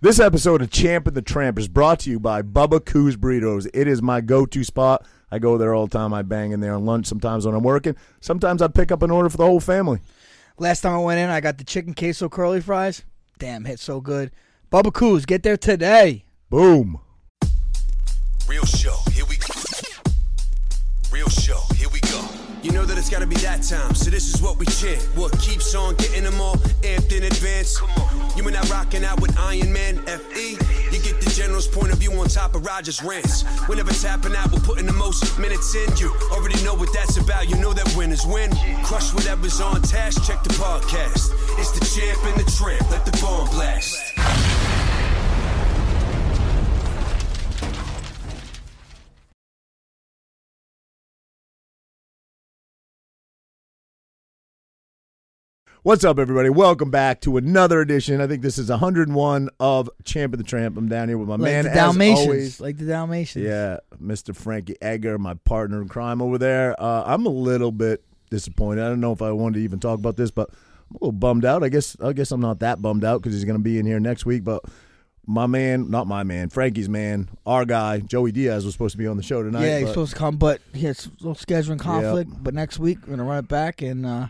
This episode of Champ and the Tramp is brought to you by Bubba Coos Burritos. It is my go-to spot. I go there all the time. I bang in there on lunch sometimes when I'm working. Sometimes I pick up an order for the whole family. Last time I went in, I got the chicken queso curly fries. Damn, hit so good. Bubba Coos, get there today. Boom. Real show, here we go. Real show, here we go. You know that it's gotta be that time, so this is what we chant. What keeps on getting them all amped in advance? Come on. You and I rocking out with Iron Man FE. You get the general's point of view on top of Rogers' rants. We're never tapping out, we're putting the most minutes in. You already know what that's about, you know that winners win. Crush whatever's on task, check the podcast. It's the champ and the tramp, let the bomb blast. What's up, everybody? Welcome back to another edition. I think this is 101 of Champ and the Tramp. I'm down here with my Like man, the as Dalmatians. always. Like the Dalmatians. Yeah, Mr. Frankie Egger, my partner in crime over there. Uh, I'm a little bit disappointed. I don't know if I wanted to even talk about this, but I'm a little bummed out. I guess I guess I'm not that bummed out because he's going to be in here next week. But my man, not my man, Frankie's man, our guy, Joey Diaz was supposed to be on the show tonight. Yeah, he's but- supposed to come, but he had s- little scheduling conflict. But next week, we're going to run it back and uh,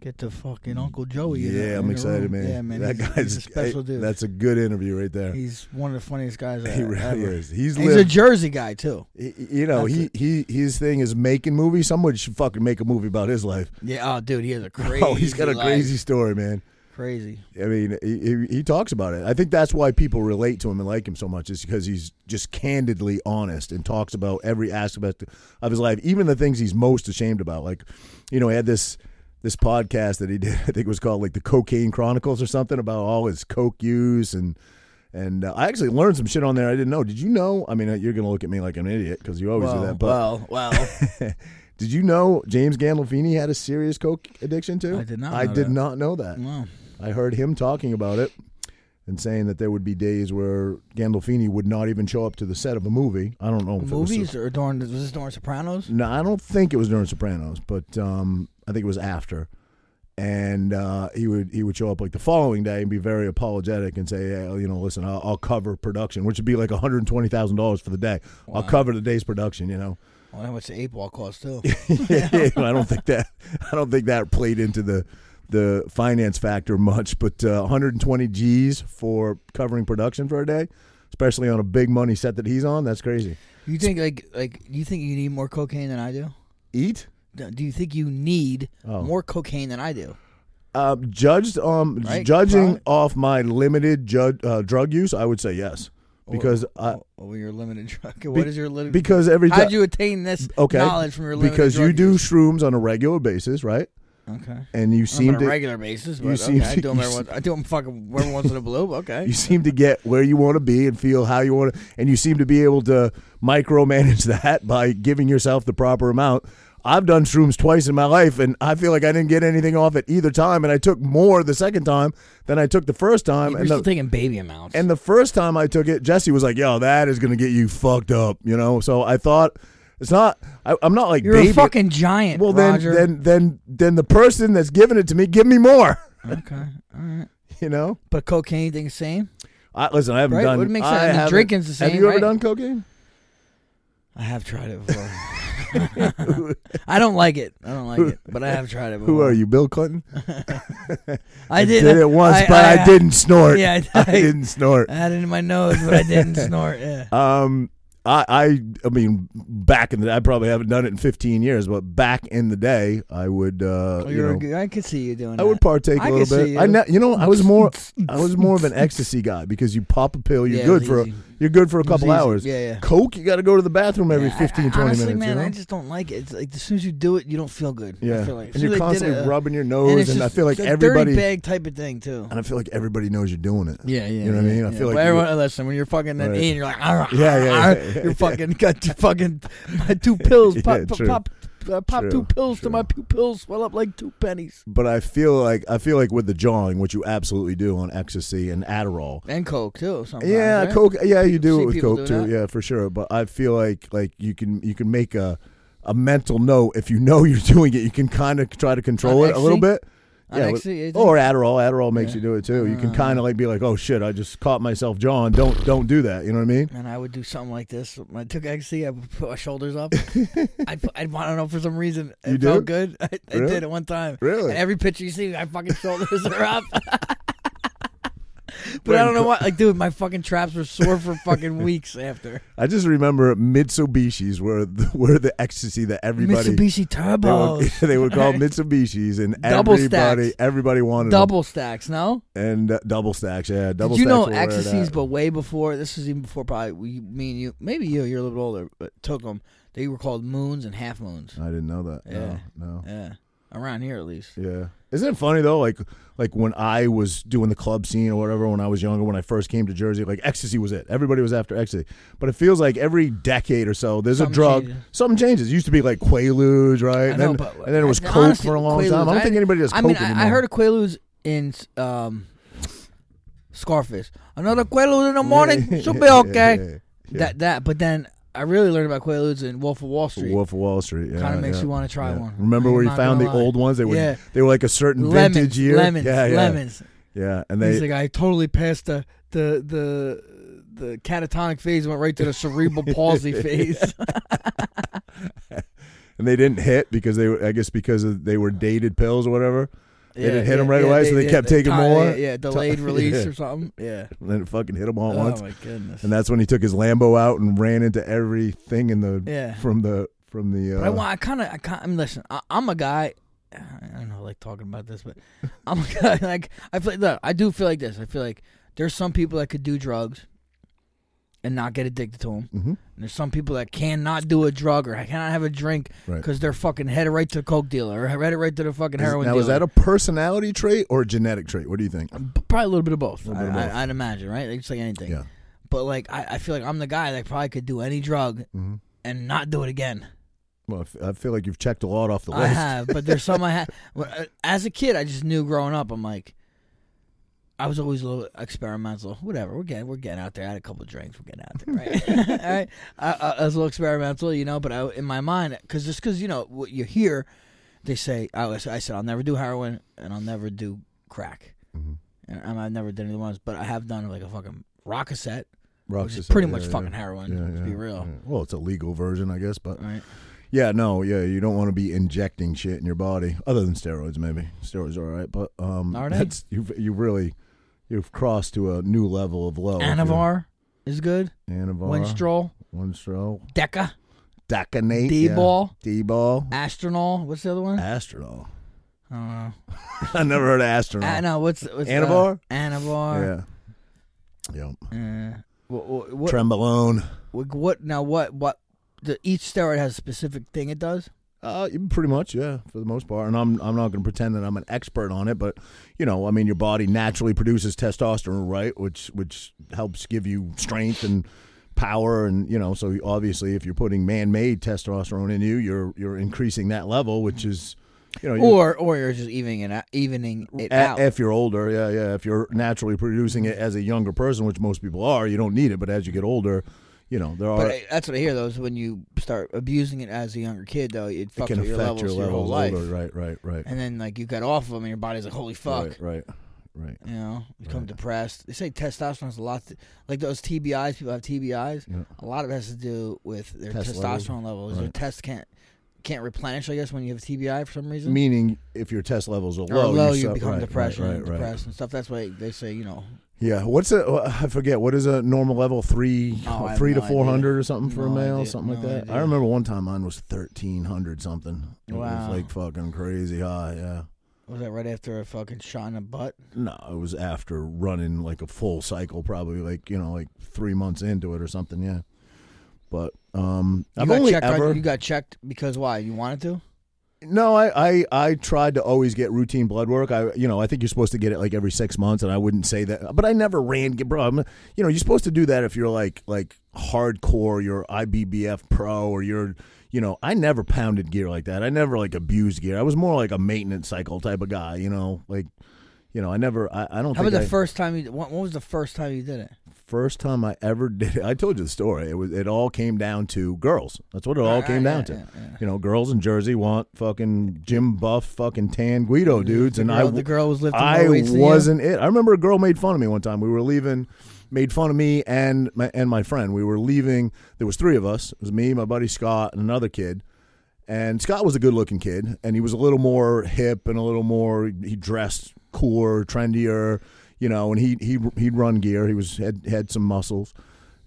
get to fucking Uncle Joey. in the- yeah, in I'm the excited, room. man. Yeah, man. that he's, guy's he's a special dude. That's a good interview right there. he's one of the funniest guys He really ever. is. He's And he's a lived- Jersey guy, too. He- you know, he, he his thing is making movies. Someone should fucking make a movie about his life. Yeah, oh, dude, he has a crazy Oh, he's got a life. crazy story, man. Crazy. I mean, he, he he talks about it. I think that's why people relate to him and like him so much, is because he's just candidly honest and talks about every aspect of his life, even the things he's most ashamed about. Like, you know, he had this this podcast that he did. I think it was called like the Cocaine Chronicles or something about all his coke use and and uh, I actually learned some shit on there I didn't know. Did you know? I mean, uh, you're gonna look at me like an idiot because you always do Well, that. But well, well. did you know James Gandolfini had a serious coke addiction too? I did not I know did that. not know that. Wow. I heard him talking about it and saying that there would be days where Gandolfini would not even show up to the set of a movie. I don't know if it was. Movies or during was this during Sopranos? No, I don't think it was during Sopranos, but um, I think it was after. And uh, he would he would show up like the following day and be very apologetic and say, yeah, you know, listen, I'll, I'll cover production, which would be like one hundred twenty thousand dollars for the day. I'll cover the day's production, you know. I wonder how much Oh, the eight ball cost too. Yeah, I don't think that I don't think that played into the the finance factor much, but uh, 120 G's for covering production for a day, especially on a big money set that he's on, that's crazy. you think like like you think you need more cocaine than I do? Eat Do- Do you think you need Oh. more cocaine than I do? um, judged um Right, judging probably. off my limited ju- uh, drug use, I would say yes because I, oh, oh, your limited drug. What is your limited? because every How'd time you attain this okay knowledge from your limited because you drug do use? shrooms on a regular basis, right? okay. And you Not seem on a to regular basis, but you okay, seem I to- do them you every se- once, I do them fucking every once in a blue. Okay, You seem to get where you want to be and feel how you want to, and you seem to be able to micromanage that by giving yourself the proper amount. I've done shrooms twice in my life, and I feel like I didn't get anything off at either time, and I took more the second time than I took the first time. you're and still the, taking baby amounts. and the first time I took it, Jesse was like, "Yo, that is gonna get you fucked up," you know. So I thought it's not. I, I'm not like you're baby. a fucking giant. well, then, Roger. then, then, then the person that's giving it to me, give me more. okay, all right. You know. But cocaine thing same. I, listen, I haven't Right, done. would make I sense. And the haven't- drinking's the Have same, you ever right? done cocaine? I have tried it before. I don't like it. I don't like it, but I have tried it before. Who are you, Bill Clinton? I Did did, it once, I- but I, didn't snort. Yeah, I, I- didn't snort. I had it in my nose, but I didn't snort. Yeah. Um, I, I, I mean, back in the, I probably haven't done it in 15 years, but back in the day, I would, uh, you Oh, You're a know, good- I could see you doing. I would that. partake I a little can bit. see I, you. ne- you know, I was more, I was more of an ecstasy guy because you pop a pill, you're Yeah, it good was for, a, easy. you're good for a couple easy. hours. Yeah, yeah. Coke, you got to go to the bathroom every Yeah, I- 15, 20 honestly, minutes. man, you know? I just don't like it. It's like as soon as you do it, you don't feel good. I yeah, feel like. As and soon you're as I did constantly it, uh, rubbing your and nose, it's and, I just- feel like it's a everybody, dirty bag type of thing too. and I feel like everybody knows you're doing it. Yeah, yeah. You know what I mean? I feel like But you- everyone, uh, listen, when you're fucking an Right. E and you're like, "Arr, Yeah, yeah, arr, yeah, arr," yeah, yeah. you're fucking got two fucking my two pills, Yeah, pop, pop, true. pop, uh, pop True, two pills true. to my two pills, swell up like two pennies. But I feel like I feel like with the jawing, which you absolutely do on ecstasy and Adderall. And coke too. Sometimes, Yeah, right? coke. Yeah, you do See it with people coke do too. that. Yeah, for sure. But I feel like like you can you can make a a mental note if you know you're doing it. You can kind of try to control On it a little ecstasy? bit. Yeah, Next thing you- or Adderall. Adderall makes Yeah. Ah. you do it too. You can kind of like be like, "Oh shit, I just caught myself, John. Don't don't do that." You know what I mean? And I would do something like this. When I took ecstasy, I would put my shoulders up. I'd, pu- I'd, I don't know, for some reason, it You do? felt good. I, I Really? did it one time. Really? And every picture you see, my fucking shoulders are up. but When I don't know co- why. Like, dude, my fucking traps were sore for fucking weeks after. I just remember Mitsubishis were the, were the ecstasy that everybody Mitsubishi they would, Turbos. they would call Mitsubishis, and Double everybody stacks. everybody wanted them. Double stacks, no? and uh, double stacks. Yeah, double. Did you stacks know were where it ecstasies, at. but way before this was even before probably we, me and you, maybe you, you're a little bit older, but took them. They were called moons and half moons. I didn't know that. Yeah. No, no. Yeah, around here at least. Yeah. Isn't it funny though? Like, like when I was doing the club scene or whatever when I was younger, when I first came to Jersey, like ecstasy was it. Everybody was after ecstasy. But it feels like every decade or so, there's Something a drug. changes. Something changes. It used to be like Quaaludes, right? I and, know, then, but- and then it was I- Coke honestly, for a long time. I Quaaludes, don't think anybody does I Coke mean, anymore. I, I heard of Quaaludes in um, Scarface. Another Quaalude in the morning, she'll be okay. yeah. That that, but then I really learned about Quaaludes in Wolf of Wall Street. Wolf of Wall Street. Yeah, Kinda makes yeah, you wanna try one. Remember I'm where you not found the gonna lie. old ones? They were Yeah. they were like a certain lemons, vintage year. lemons, yeah, yeah, lemons. Yeah, and He's they like, I totally passed the the the the catatonic phase, went right to the cerebral palsy phase. and they didn't hit because they were I guess because of, they were dated pills or whatever. They didn't hit 'em right away, so they kept taking ti- more? Yeah, yeah, delayed release Yeah. or something. Yeah. And then it fucking hit them all at Oh once. my goodness. and that's when he took his Lambo out and ran into everything in the Yeah. from the from the. Uh, But I want. I kind of. I kind. I mean, listen. I, I'm a guy. I don't know. I like talking about this, but I'm a guy. Like I feel. Look, I do feel like this. I feel like there's some people that could do drugs and not get addicted to them. Mhm. And there's some people that cannot do a drug or cannot have a drink Right. because they're fucking headed right to the coke dealer or headed right to the fucking Is- heroin now dealer. is that a personality trait or a genetic trait? What do you think? B- Probably a little bit of both. Little bit of I, both. I, I'd imagine, right? Like, just like anything. Yeah. But like, I, I feel like I'm the guy that probably could do any drug Mhm. and not do it again. Well, I f- I feel like you've checked a lot off the list. I have, but there's some I had. As a kid, I just knew growing up. I'm like, I was always a little experimental. Whatever, we're getting we're getting out there. I had a couple drinks. We're getting out there, right? All right. I, I, I was a little experimental, you know. But I, in my mind, because just because you know what you hear, they say I was. I said I'll never do heroin and I'll never do crack, Mhm. and I'm, I've never done either ones. But I have done like a fucking rock cassette, Rock which is society, pretty Oh, yeah, much yeah. fucking heroin. Yeah, let's yeah, be real, yeah. Well, it's a legal version, I guess, but right? yeah, no, yeah, you don't want to be injecting shit in your body, other than steroids, maybe. Steroids are all right, but um, Are they? that's you've you really you've crossed to a new level of low. if you're- Anavar is good. Oh, Anavar, Winstrol, Winstrol, Deca, Daconate, D-ball. yeah. D-ball, Astronol. What's the other one? Astronol. I don't know. I never heard of astronaut. Ah, no, what's, what's uh, Anavar? Anavar. Yeah. Yep. Yeah. what, what, what, Trembolone. what, Now, what? What? The, each steroid has a specific thing it does. Uh, pretty much, yeah, for the most part. And I'm I'm not going to pretend that I'm an expert on it, but you know, I mean, your body naturally produces testosterone, right? Which which helps give you strength and power, and you know, so obviously, if you're putting man-made testosterone in you, you're you're increasing that level, which is, you know, you- Or, or you're just evening it out. Evening it A- out. If you're older, yeah, yeah. If you're naturally producing it as a younger person, which most people are, you don't need it. But as you get older, you know there are. but I- that's what I hear though is when you start abusing it as a younger kid though it fucks it can with your affect levels your your, whole levels life. older. Right, right, right. And then like you got off of them and your body's like holy fuck. Right, right, right. You know, you become depressed. They say testosterone's a lot, to, like those TBIs. People have TBIs. Yeah. A lot of it has to do with their Test levels. testosterone levels. Their Right. test can't can't replenish. I guess when you have a TBI for some reason, Meaning, if your test levels are or low, low, you sup- become right, depression, Right, right, right. depressed and stuff. That's why they say you know. Yeah. What's a? I forget. What is a normal level? Three, Oh, I have three no to four hundred idea. or something for a No male, idea, something like no that. I idea. remember one time mine was thirteen hundred something. It Wow. was like fucking crazy high. Yeah. Was that right after a fucking shot in the butt? No, it was after running like a full cycle, probably like you know, like three months into it or something. Yeah, but um, You I've got only checked on- ever you got checked because why? You wanted to? no, I, I I tried to always get routine blood work. I you know I think you're supposed to get it like every six months, and I wouldn't say that, but I never ran. Bro, I'm, you know you're supposed to do that if you're like like hardcore, you're IBBF pro, or you're you know I never pounded gear like that. I never like abused gear. I was more like a maintenance cycle type of guy. You know, like you know I never I, I don't How think about the I- first time you? When when was the first time you did it? first time I ever did it. I told you the story. It was it all came down to girls. That's what it all Right, came down right, Ah, yeah, to. yeah, yeah. You know, girls in Jersey want fucking Jim Buff, fucking tan Guido dudes, and girl- I w- the girl was lifting more I weights than you? wasn't it. I remember a girl made fun of me one time. We were leaving, made fun of me and my and my friend. We were leaving. There was three of us. It was me, my buddy Scott, and another kid. And Scott was a good looking kid, and he was a little more hip and a little more he dressed cooler, trendier, you know. And he he he'd run gear. He was had had some muscles,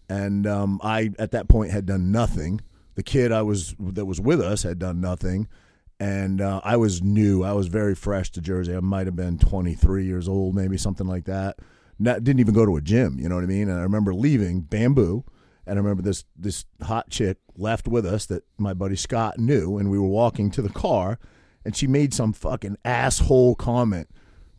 and um, I at that point had done nothing. The kid I was that was with us had done nothing, and uh, I was new. I was very fresh to Jersey. I might have been 23 years old, maybe something like that. Not, didn't even go to a gym. You know what I mean? And I remember leaving Bamboo, and I remember this this hot chick left with us that my buddy Scott knew, and we were walking to the car, and she made some fucking asshole comment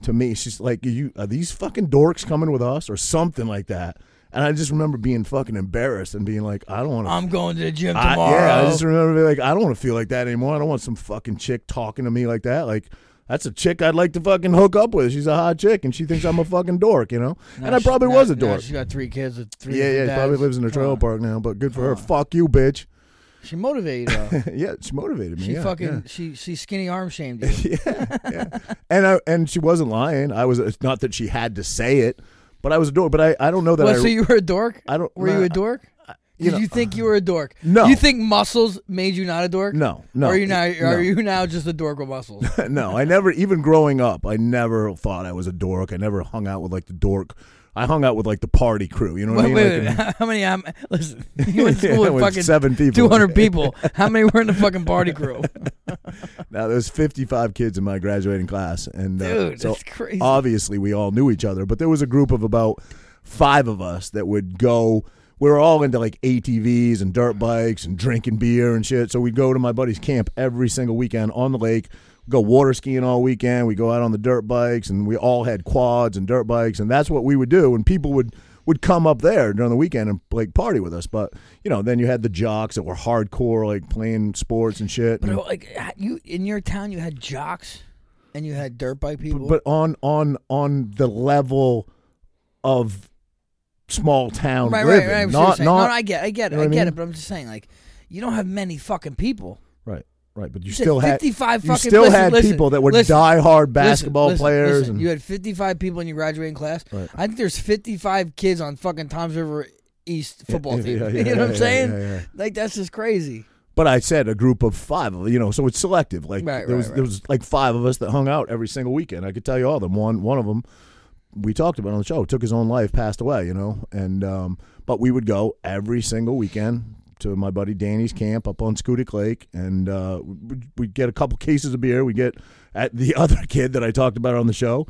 to me. She's like, "Are "You are these fucking dorks coming with us or something like that?" And I just remember being fucking embarrassed and being like, "I don't want to." I'm going to the gym I- tomorrow. yeah, I just remember being like, I don't want to feel like that anymore. I don't want some fucking chick talking to me like that. Like, that's a chick I'd like to fucking hook up with. She's a hot chick, and she thinks I'm a fucking dork, you know. No, and I she- probably no, was a no, dork. she got three kids with three. yeah, yeah. she dads. Probably lives in a Come trailer on. park now, but good for her. Come on. Fuck you, bitch. She motivated her. yeah, she motivated me. She yeah, fucking yeah. she she skinny arm shamed you. And I and she wasn't lying. I was. It's not that she had to say it, but I was a dork. But I I don't know that I. Well, so you were a dork? I don't- Were you nah, a dork? you Did know- you think you were a dork? No. You think muscles made you not a dork? No, no, Or are you now? it- no. Are you now just a dork with muscles? no, I never even growing up, I never thought I was a dork. I never hung out with like the dork. I hung out with like the party crew. You know what wait, I mean? wait, Like, wait. How many? Um, listen, you went to school Yeah, with with fucking seven people. two hundred people. How many were in the fucking party crew? Now there's 55 kids in my graduating class, and uh, Dude, so that's crazy. obviously we all knew each other. But there was a group of about five of us that would go. We were all into like ATVs and dirt bikes and drinking beer and shit. So we'd go to my buddy's camp every single weekend on the lake. Go water skiing all weekend. We go out on the dirt bikes, and we all had quads and dirt bikes, and that's what we would do. And people would would come up there during the weekend and like party with us. But you know, then you had the jocks that were hardcore, like playing sports and shit. But and- like you in your town, you had jocks, and you had dirt bike people. but on on on the level of small town right, living, right, right. I see what you're not saying. not no, no, I get, I get it, You know I what I get mean? it. But I'm just saying, like, you don't have many fucking people. right, right. But you, You said still had 55 you fucking- still listen, had listen, people that were listen, diehard basketball Listen, listen, players listen. and you had 55 people in your graduating class. Right. I think there's 55 kids on fucking Tom's River East football yeah, team. yeah, you know yeah, what I'm yeah, saying? yeah, yeah. Like that's just crazy. but I said a group of five, you know, so it's selective. Like Right, there was right, there right. was like five of us that hung out every single weekend. I could tell you all of them. One one of them we talked about on the show took his own life, passed away, you know, and um, but we would go every single weekend to my buddy Danny's camp up on Scudic Lake, and uh, we'd- we'd get a couple cases of beer. We get at the other kid that I talked about on the show.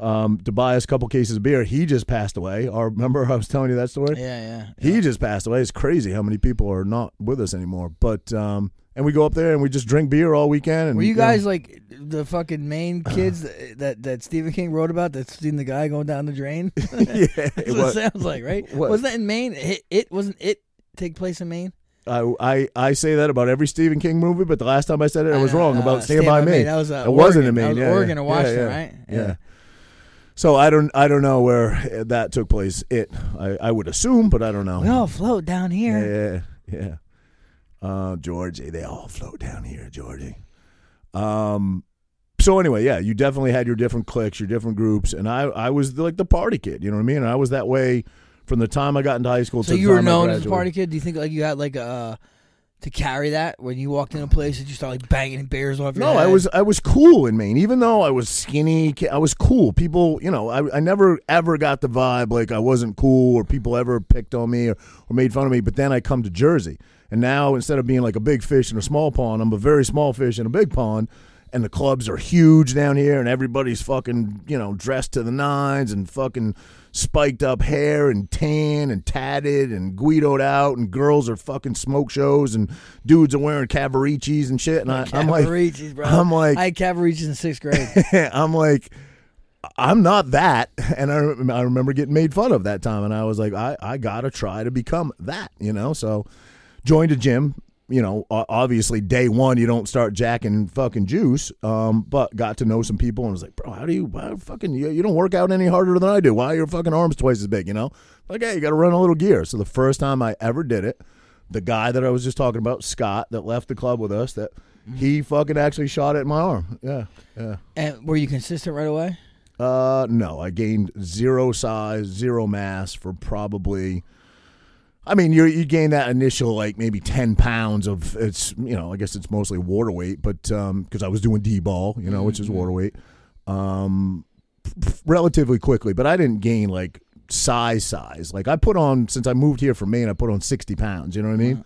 Um, to buy us a couple cases of beer, he just passed away. Or remember, I was telling you that story. Yeah, yeah. He just passed away. It's crazy how many people are not with us anymore. But um, and we go up there and we just drink beer all weekend. And Were you know, guys like the fucking main Uh-huh. kids that, that that Stephen King wrote about? That's seen the guy going down the drain. That's yeah, it what was- it sounds like, right? What? Wasn't that in Maine? It, it wasn't it take place in Maine. I, I I say that about every Stephen King movie, but the last time I said it, I, was know, wrong uh, about Stand, by, Me. That was uh, it wasn't in Oregon. That Maine. was yeah, Oregon yeah, or Washington, yeah, yeah. right? Yeah. So I don't I don't know where that took place. It I, I would assume, but I don't know. We all float down here. Yeah, yeah, yeah. Uh, Georgie, they all float down here, Georgie. Um, so anyway, yeah, you definitely had your different cliques, your different groups, and I, I was like the party kid. You know what I mean? And I was that way from the time I got into high school. So to the you were time I known as a graduated. party kid. Do you think like you had like a uh, to carry that when you walked in a place that you start like banging bears off? Your No, I head? was I was cool in Maine, even though I was skinny. ki- I was cool. People, you know, I, I never ever got the vibe like I wasn't cool or people ever picked on me or, or made fun of me. But then I come to Jersey, and now instead of being like a big fish in a small pond, I'm a very small fish in a big pond. And the clubs are huge down here, and everybody's fucking you know dressed to the nines and fucking spiked up hair and tan and tatted and guidoed out, and girls are fucking smoke shows, and dudes are wearing cavaricis and shit. And I, I'm like, Cavaricis, bro. I'm like- I had Cavaricis in sixth grade. I'm like, I'm not that. And I, rem- I remember getting made fun of that time. And I was like, I, I got to try to become that, you know? So joined a gym you know, o- obviously day one you don't start jacking fucking juice. Um, but got to know some people and was like, bro, how do you why fucking you, you don't work out any harder than I do? Why are your fucking arms twice as big? You know, like hey, you got to run a little gear. So the first time I ever did it, the guy that I was just talking about, Scott, that left the club with us, that he fucking actually shot at my arm. Yeah, yeah. And were you consistent right away? Uh, no, I gained zero size, zero mass for probably. I mean, you you gain that initial like maybe ten pounds of it's you know I guess it's mostly water weight, but because I was doing D ball, you know, which is water weight, um, relatively quickly. But I didn't gain like size size. Like I put on since I moved here from Maine, I put on sixty pounds. You know what I mean?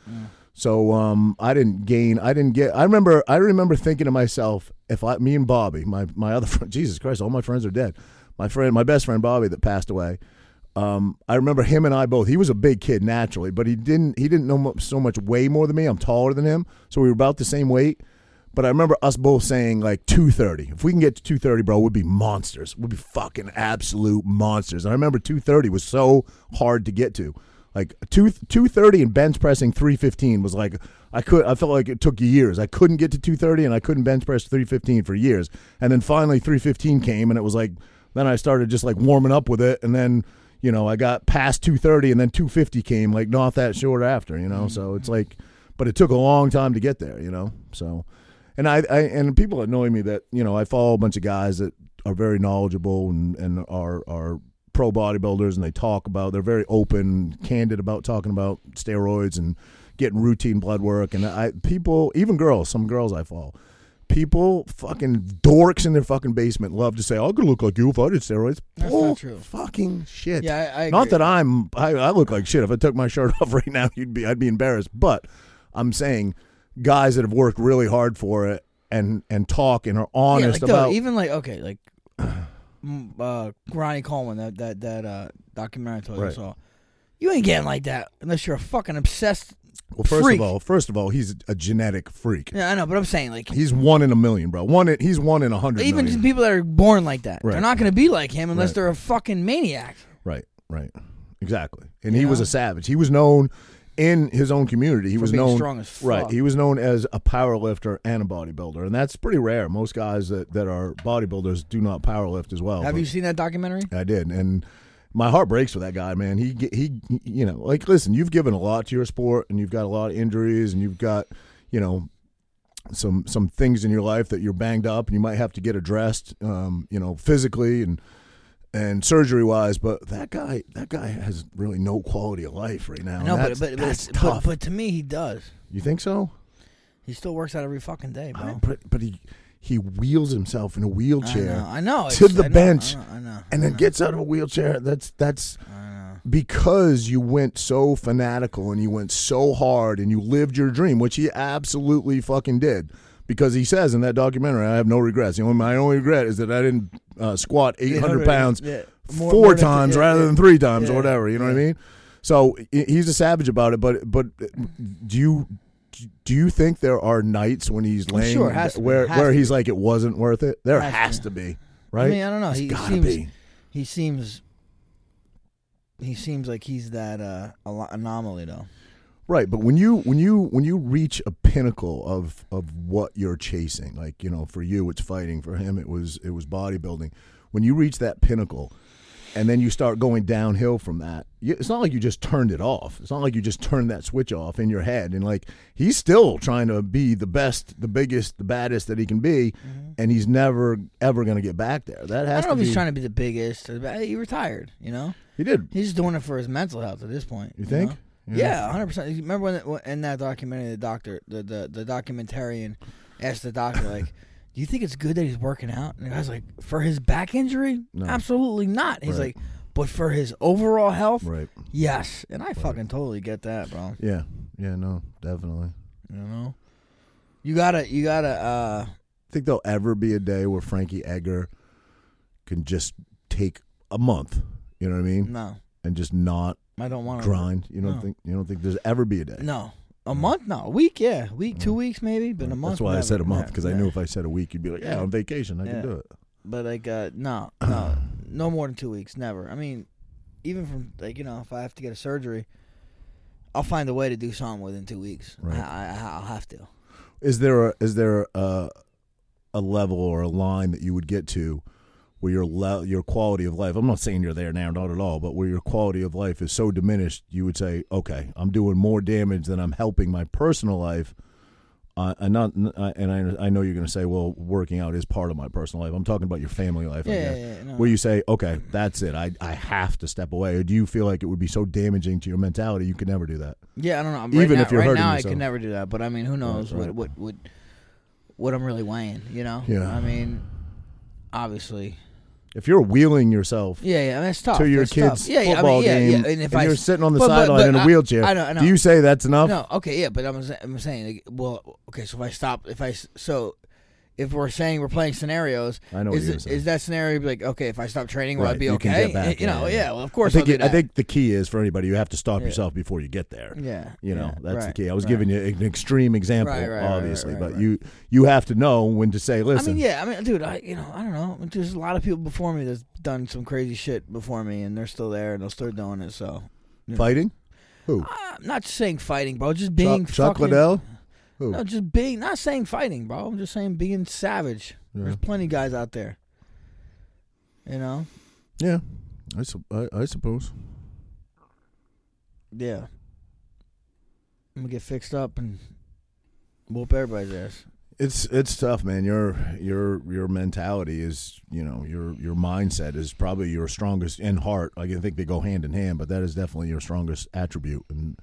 So um, I didn't gain. I didn't get. I remember. I remember thinking to myself, if I, me and Bobby, my my other friend, Jesus Christ, all my friends are dead. My friend, my best friend Bobby, that passed away. Um, I remember him and I both. He was a big kid naturally, but he didn't. He didn't know mu- so much way more than me. I'm taller than him, so we were about the same weight. But I remember us both saying like 230. If we can get to 230, bro, we'd be monsters. We'd be fucking absolute monsters. And I remember 230 was so hard to get to. Like two 230 and bench pressing 315 was like I could I felt like it took years. I couldn't get to 230 and I couldn't bench press 315 for years. And then finally 315 came and it was like then I started just like warming up with it and then you know, I got past 230 and then 250 came like not that short after, you know. So it's like but it took a long time to get there, you know. So and I, I and people annoy me that, you know, I follow a bunch of guys that are very knowledgeable and and are are pro bodybuilders and they talk about they're very open, candid about talking about steroids and getting routine blood work and I people, even girls, some girls I follow People, fucking dorks in their fucking basement, love to say, "I could look like you if I did steroids." That's not Bull true. Fucking shit. Yeah, I- I not agree. that I'm. I, I look like shit. If I took my shirt off right now, you'd be. I'd be embarrassed. But I'm saying, guys that have worked really hard for it and and talk and are yeah, honest like, though, about. even like okay, like mm, uh, Ronnie Coleman that that that uh, documentary I told you I Right. saw. You ain't getting like that unless you're a fucking obsessed. well, first freak. of all, first of all, he's a genetic freak. Yeah, I know, but I'm saying like He's one in a million, bro. One. In, he's one in a hundred. even million. just people that are born like that, they're Right. not going to be like him unless Right. they're a fucking maniac. Right, right. Exactly. And he You was know? a savage. He was known in his own community. He was being known strong as Right. fuck. He was known as a power lifter and a bodybuilder. And that's pretty rare. Most guys that, that are bodybuilders do not power lift as well. Have but- you seen that documentary? I did, and my heart breaks for that guy, man. He ge- he, you know, like listen, you've given a lot to your sport, and you've got a lot of injuries, and you've got, you know, some some things in your life that you're banged up, and you might have to get addressed, um, you know, physically and and surgery wise. But that guy, that guy has really no quality of life right now. and No, but that's- but, but, that's but- tough. but to me he does. you think so? He still works out every fucking day, I- bro. but, but he he wheels himself in a wheelchair. I know. I know. to it's- the I know, bench I know. I know. and then gets out of a wheelchair. That's that's because you went so fanatical and you went so hard and you lived your dream, which he absolutely fucking did. Because he says in that documentary, I have no regrets. You know, my only regret is that I didn't uh, squat 800 pounds Yeah. More- four more than- times yeah, rather yeah. than three times or Yeah, whatever. You know what I yeah. mean? So he- he's a savage about it. But but do you do you think there are nights when he's laying sure it has to be. where Has where to he's like it wasn't worth it? There Has to has be. to be, right? I mean, I don't know. It's he gotta seems, be. He seems. He seems like he's that uh, al- anomaly, though. Right, but when you when you when you reach a pinnacle of of what you're chasing, like you know, for you it's fighting, for him it was it was bodybuilding. When you reach that pinnacle, and then you start going downhill from that, you, it's not like you just turned it off. It's not like you just turned that switch off in your head. And like he's still trying to be the best, the biggest, the baddest that he can be, and he's never ever going to get back there. That Mm-hmm. I has don't know to be. if he's trying to be the biggest. Or the, ba- he retired, you know. he did. He's just doing it for his mental health at this point. You think? know? Yeah, hundred percent. Remember when, when in that documentary, the doctor, the, the the documentarian, asked the doctor like, "Do you think it's good that he's working out?" And the guy's like, "For his back injury, No. absolutely not." He's Right. like, "But for his overall health, Right. yes." And I fucking totally get that, bro. Yeah. Yeah. No. Definitely. You know, you gotta, you gotta. uh think there'll ever be a day where Frankie Edgar can just take a month, you know what I mean, No, and just not I don't want to grind. You don't Mm. Uh-huh. No. think you don't think there's ever be a day. No, a month? No, a week? Yeah, a week, two weeks maybe, but a month. Mm. That's why I never. said a month Yeah, because I yeah. knew if I said a week, you'd be like, "Yeah, on vacation, I Yeah. can do it." But like, uh, no, no, no more than two weeks, never. I mean, even from like you know, if I have to get a surgery, I'll find a way to do something within two weeks. Right. I, I, I'll have to. Is there a, is there a a level or a line that you would get to where your le- your quality of life? I'm not saying you're there now, not at all, but where your quality of life is so diminished, you would say, okay, I'm doing more damage than I'm helping my personal life. Uh, and not, n- I- and I, I know you're going to say, well, working out is part of my personal life. I'm talking about your family life. I Yeah, guess. yeah, yeah, no, Where you say, okay, that's it. I, I have to step away. Or do you feel like it would be so damaging to your mentality you could never do that? Yeah, I don't know. I'm- Even right now, if you're right hurting now, I yourself. could never do that. But I mean, who knows right. what what what what I'm really weighing? You know? Yeah. I mean, obviously. If you're wheeling yourself Yeah, yeah. I mean, it's tough. to your It's kids' tough. Yeah, yeah, I football mean, yeah, game, yeah. And if I you're s- sitting on the but- but- sideline but in a I- wheelchair, I know, I know. do you say that's enough? No, okay, yeah, but I'm sa- I'm saying like, well, okay, so if I stop, if I s- so if we're saying we're playing scenarios, I know what is you're it- saying. is that scenario be like okay if I stop training, will I Right, be you can okay? get back, you know, yeah, yeah. yeah. Well, of course, I think I'll do it- I that. think the key is for anybody, you have to stop Yeah. yourself before you get there. yeah, You know, yeah, that's the right, key. I was right. giving you an extreme example, Right, right, right, right, obviously, right, but right. you you have to know when to say, I listen. mean, yeah, I mean, dude, I you know, I don't know. There's a lot of people before me that's done some crazy shit before me, and they're still there and they're still doing it. So Fighting? Who? I'm not saying fighting, bro. Just being Chuck, Chuck fucking- Liddell? Who? No, just being. Not saying fighting, bro. I'm just saying being savage. There's plenty of guys out there. You know. Yeah, I, sup- I, I suppose. Yeah. I'm gonna get fixed up and whoop everybody's ass. It's it's tough, man. Your your your mentality is, you know, your your mindset is probably your strongest and heart. I can think they go hand in hand, but that is definitely your strongest attribute. And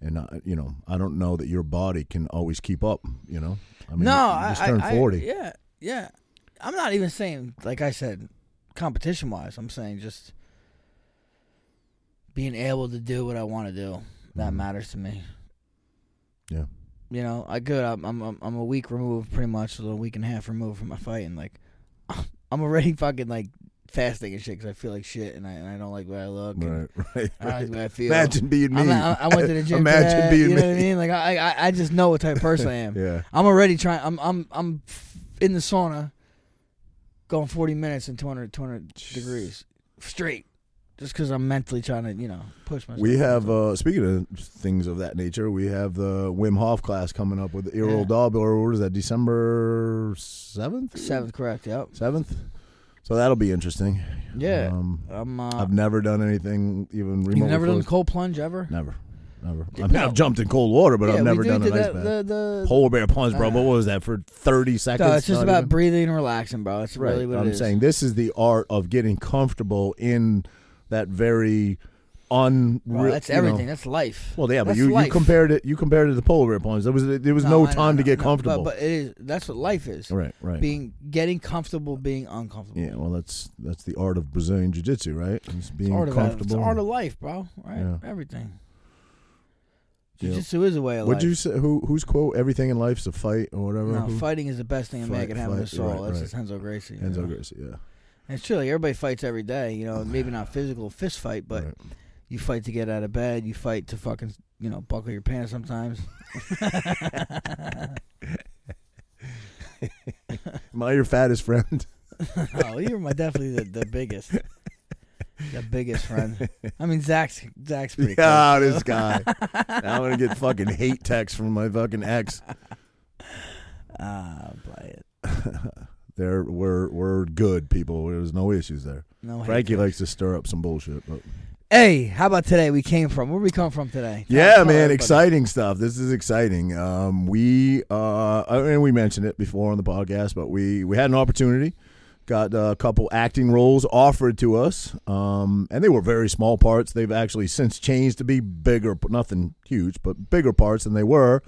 and uh, you know, I don't know that your body can always keep up. You know, I mean, no, you I just I- turned I- forty. yeah, yeah. I'm not even saying like I said, competition wise. I'm saying just being able to do what I want to do. That Mhm. matters to me. Yeah. You know, I good. I'm I'm I'm- I'm a week removed, pretty much, a little week and a half removed from my fight, and like I'm already fucking like fasting and shit because I feel like shit, and I and I don't like the way I look. and Right, right, I don't like right. the way I feel. Imagine being me. I'm not- I, I went to the gym. Imagine today, being you know me. what I mean? Like I, I, I just know what type of person I am. Yeah, I'm already trying. I'm, I'm, I'm f- in the sauna, going 40 minutes and 200, 200 degrees straight, just because I'm mentally trying to, you know, push myself. we have. uh Speaking of things of that nature, we have the Wim Hof class coming up with the Earl Yeah. Dahl. Or what is that? December seventh. seventh, correct? Yep. Seventh. So that'll be interesting. Yeah. Um, I'm. Uh, I've never done anything even remotely. you've never done close. a cold plunge ever? Never, never. Yeah, I mean, no. I've jumped in cold water, but Yeah, I've never we done did an ice that, bath. the, the, Polar bear plunge, bro. Uh, what was that for? Thirty seconds. no, it's just Not about even- breathing and relaxing, bro. That's really what I'm it is. saying this is the art of getting comfortable in that very unreal. Bro, that's everything. That's life. Well, yeah, but That's you, you life. compared it. You compared it to the polar bear plunge. There was there was no, I know, time to I get know, comfortable. But, but it is. That's what life is. right, right. being getting comfortable being uncomfortable. yeah, well, that's that's the art of Brazilian jiu jitsu, right? It's being it's art of that. It's comfortable. the art of life, bro. Right? Yeah. Everything. Yeah. Jiu Jitsu is a way of Would life. you say who whose quote "Everything in life's a fight" or whatever? No, who? fighting is the best thing in Fight- making happen fight, to soul. right, That's just Henzo Gracie. you know? Enzo Gracie, yeah. And It's true. Like, everybody fights every day. You know, maybe not physical fist fight, but Right. you fight to get out of bed. You fight to fucking you know buckle your pants sometimes. am I your fattest friend? oh, you're my definitely the, the biggest, the biggest friend. I mean, Zach's Zach's pretty. close. yeah, this guy. I'm gonna get fucking hate texts from my fucking ex. Ah, play it. There, we're we're good people. There's no issues there. No hate Frankie there. likes to stir up some bullshit, but Hey, how about today? We came from where we come from today. Tell- yeah, tell man, everybody. exciting stuff. This is exciting. Um, we uh, I mean, we mentioned it before on the podcast, but we we had an opportunity, got uh, a couple acting roles offered to us, um, and they were very small parts. They've actually since changed to be bigger, nothing huge, but bigger parts than they were.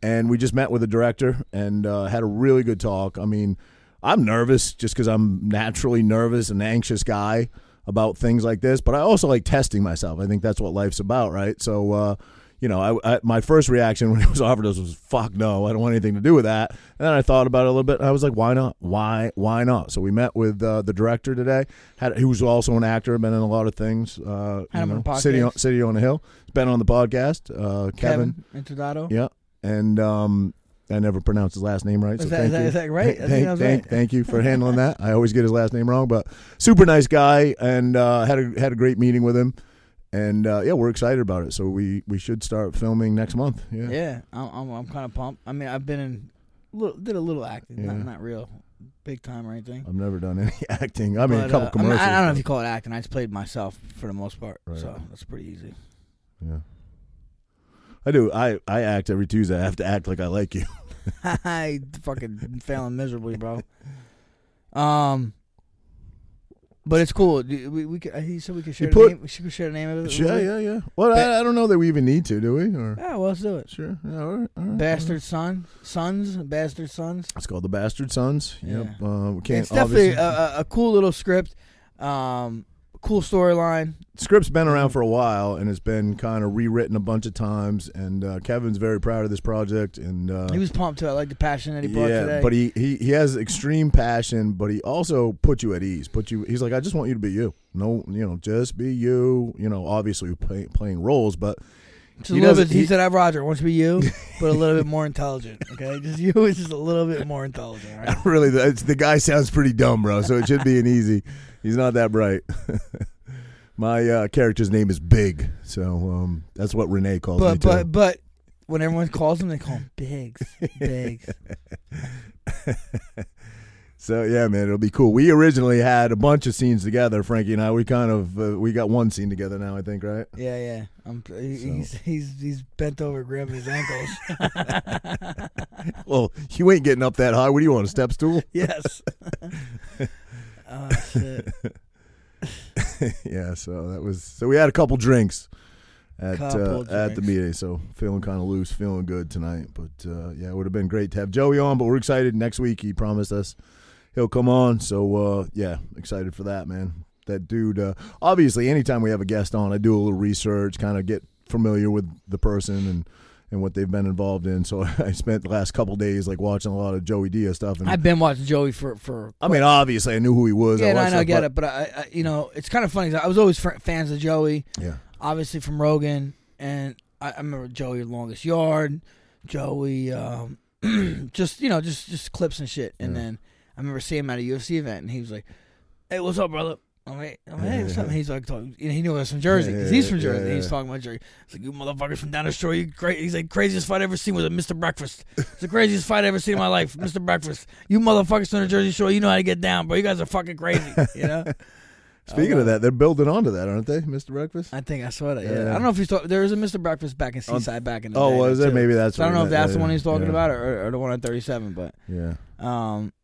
And we just met with the director and uh, had a really good talk. I mean, I'm nervous just because I'm naturally nervous and anxious guy about things like this, but I also like testing myself. I think that's what life's about, right? So, uh, you know, I, I, my first reaction when it was offered us was "fuck no, I don't want anything to do with that." And then I thought about it a little bit. And I was like, "Why not? Why? Why not?" So we met with uh, the director today. Had he was also an actor, been in a lot of things. Uh, Had you him know, on the City on podcast. City on a Hill. Been on the podcast. Uh, Kevin, Kevin Introdato. yeah, and um, I never pronounced his last name right. Is so that- thank is that- you. is that right? I Thank, think that was thank, right. thank you for handling that. I always get his last name wrong, but super nice guy, and uh, had a had a great meeting with him. and uh, yeah, we're excited about it. So we we should start filming next month. Yeah. Yeah, I'm, I'm, I'm kind of pumped. I mean, I've been in, little, did a little acting, not, Yeah. not real, big time or anything. I've never done any acting. I mean, But, a couple uh, I mean, commercials. I, I don't know if you call it acting. I just played myself for the most part, Right. so that's pretty easy. yeah. I do. I, I act every Tuesday. I have to act like I like you. I fucking failing miserably, bro. Um, but it's cool. Do- We, we could, he said we could share. You put- the name, we should share the name of it. Yeah, yeah, yeah. Well, I, I don't know that we even need to, do we? Or Yeah, well, let's do it. sure. Yeah, all right, all right. Bastard son, sons, bastard sons. It's called the Bastard Sons. Yep. Yeah. Uh, we can't. it's definitely obviously- a, a, a cool little script. Um, cool storyline. script's been around for a while and it's been kind of rewritten a bunch of times. And uh, Kevin's very proud of this project. And uh, He was pumped too. I like the passion that he brought yeah, today. but he, he he has extreme passion, but he also puts you at ease. Put you. He's like, I just want you to be you. No, you know, just be you. You know, obviously play, playing roles, but Just he a little doesn't- bit, he, he- said, "I Roger, wants to be you, but a little bit more intelligent." Okay, just you is just a little bit more intelligent. all right? really, the, it's, the guy sounds pretty dumb, bro. So it should be an easy. He's not that bright. My uh, character's name is Big, so um, that's what Renee calls me But too. but but when everyone calls him, they call him Biggs. Biggs. So yeah, man, it'll be cool. We originally had a bunch of scenes together, Frankie and I. We kind of uh, we got one scene together now, I think, right? Yeah, yeah. I'm, he's, he's he's bent over grabbing his ankles. Well, you ain't getting up that high. What do you want, a step stool? yes. oh shit. yeah. So that was so we had a couple drinks at uh, Couple at the drinks. meeting. So feeling kind of loose, feeling good tonight. But uh, yeah, it would have been great to have Joey on. But we're excited. Next week, he promised us he'll come on. So uh, yeah, excited for that, man. That dude. Uh, obviously, anytime we have a guest on, I do a little research, kind of get familiar with the person and. And what they've been involved in, so I spent the last couple days like watching a lot of Joey Diaz stuff. And I, I've been watching Joey for for. mean, obviously, I knew who he was. Yeah, no, I, watched know, I stuff, get but- it, but I, I you know it's kind of funny. 'cause I was always fr- fans of Joey, Yeah, obviously from Rogan, and I, I remember Joey Longest Yard, Joey, um, just you know just just clips and shit. And Yeah. then I remember seeing him at a UFC event, and he was like, "Hey, what's up, brother?" I'm like, I'm like, hey, what's up? And he's like, talking, and he knew I was from Jersey because he's from Yeah, yeah, Jersey. yeah. He's talking about Jersey. He's like, "You motherfuckers from down the shore, you cra-" He's like, "Craziest fight I ever seen was a Mr. Breakfast. It's the craziest fight I ever seen in my life, Mr. Breakfast. You motherfuckers from the Jersey Shore, you know how to get down, bro. You guys are fucking crazy, you know." Speaking love of that, they're building onto that, aren't they, Mr. Breakfast? I think I saw that. Yeah. Yeah. I don't know if he's talking. There was a Mr. Breakfast back in Um, Seaside back in the oh, day. was there it? too. Maybe that's. So I don't what know if he that's meant. the one he's talking Yeah. about or, or the one on 37, but Yeah, um,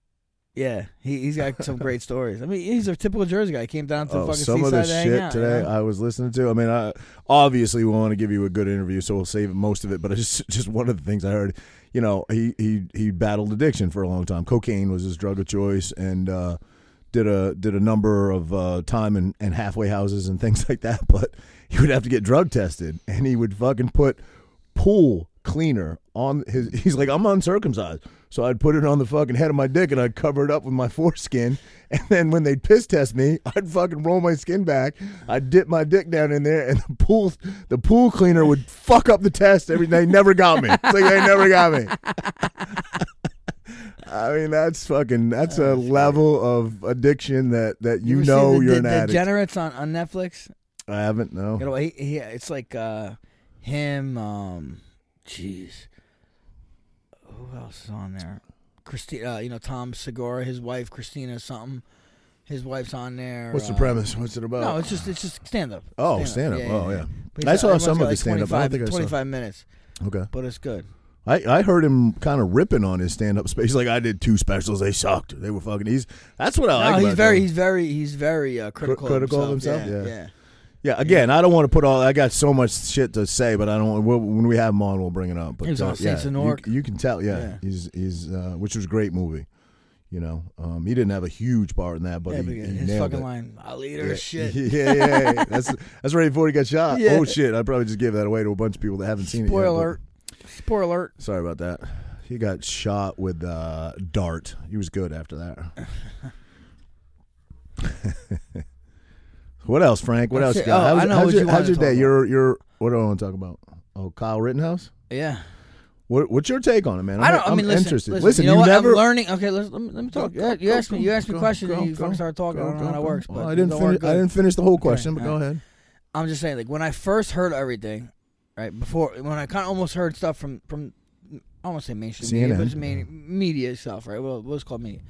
yeah, he he's got some great stories. I mean, he's a typical Jersey guy. He came down to oh, fucking some of Seaside the to hang shit out, you today uh, know? I was listening to. I mean, I obviously we want to give you a good interview, so we'll save most of it. But it's just, just one of the things I heard. You know, he he he battled addiction for a long time. Cocaine was his drug of choice, and uh, did a did a number of uh, time in, in halfway houses and things like that. But he would have to get drug tested, and he would fucking put pool cleaner on his he's like i'm uncircumcised so i'd put it on the fucking head of my dick and i'd cover it up with my foreskin and then when they'd piss test me i'd fucking roll my skin back i'd dip my dick down in there and the pool the pool cleaner would fuck up the test every they never got me it's like they never got me i mean that's fucking that's a level of addiction that that you, ever know seen the, you're the, an addict Oh. Degenerates on on Netflix. i haven't You no know, he, he it's like uh, him. Um, jeez, who else is on there? Christina, uh, you know Tom Segura, his wife Christina something. His wife's on there. what's the uh, premise what's it about No, it's just it's just stand up. Oh, stand-up. Oh, yeah. But I he's- saw everyone's some got of the stand-up. I don't 25 think I saw- 25 minutes, okay but it's good. I, I heard him kind of ripping on his stand up space. He's like, I did two specials. They sucked. They were fucking. He's that's what I like. no, he's about very him. he's very he's very uh, critical critical of of himself. himself? Yeah, Yeah. yeah. Again, I don't want to put all. I got so much shit to say, but I don't. We'll, when we have him on, we'll bring it up. But He was uh, on Saints yeah, and you- Orc. You, can tell. Yeah, Yeah. he's he's uh, which was a great movie. You know, um, he didn't have a huge part in that, but yeah. he, but he his nailed fucking it. line, I'll eat her yeah. shit. yeah, yeah, yeah. That's that's right before he got shot. Yeah. Oh shit! I probably just gave that away to a bunch of people that haven't seen it. yet, Spoiler but- alert. Spoiler alert. Sorry about that. He got shot with uh, dart. He was good after that. what else, Frank? What else? That's it. You got? Oh, how's I know how's what your, you wanted how's your to day? talk Your your what do I want to talk about? Oh, Kyle Rittenhouse. Yeah, What, what's your take on it, man? I'm, I don't. I mean, am listen, interested. Listen, you, know what? never I'm learning. Okay, let's, let me let me Go, talk. go, you go, asked me. go, You asked me go, questions. go, and you go, fucking started talking. Go, I don't know go, how that go. works, but Well, I didn't those aren't finish. I good. didn't finish the whole question, Okay, but go all right. ahead. I'm just saying, like when I first heard everything, right before when I kind of almost heard stuff from from I won't say mainstream media, CNN. but it's main, media stuff, right? Well, what's called media.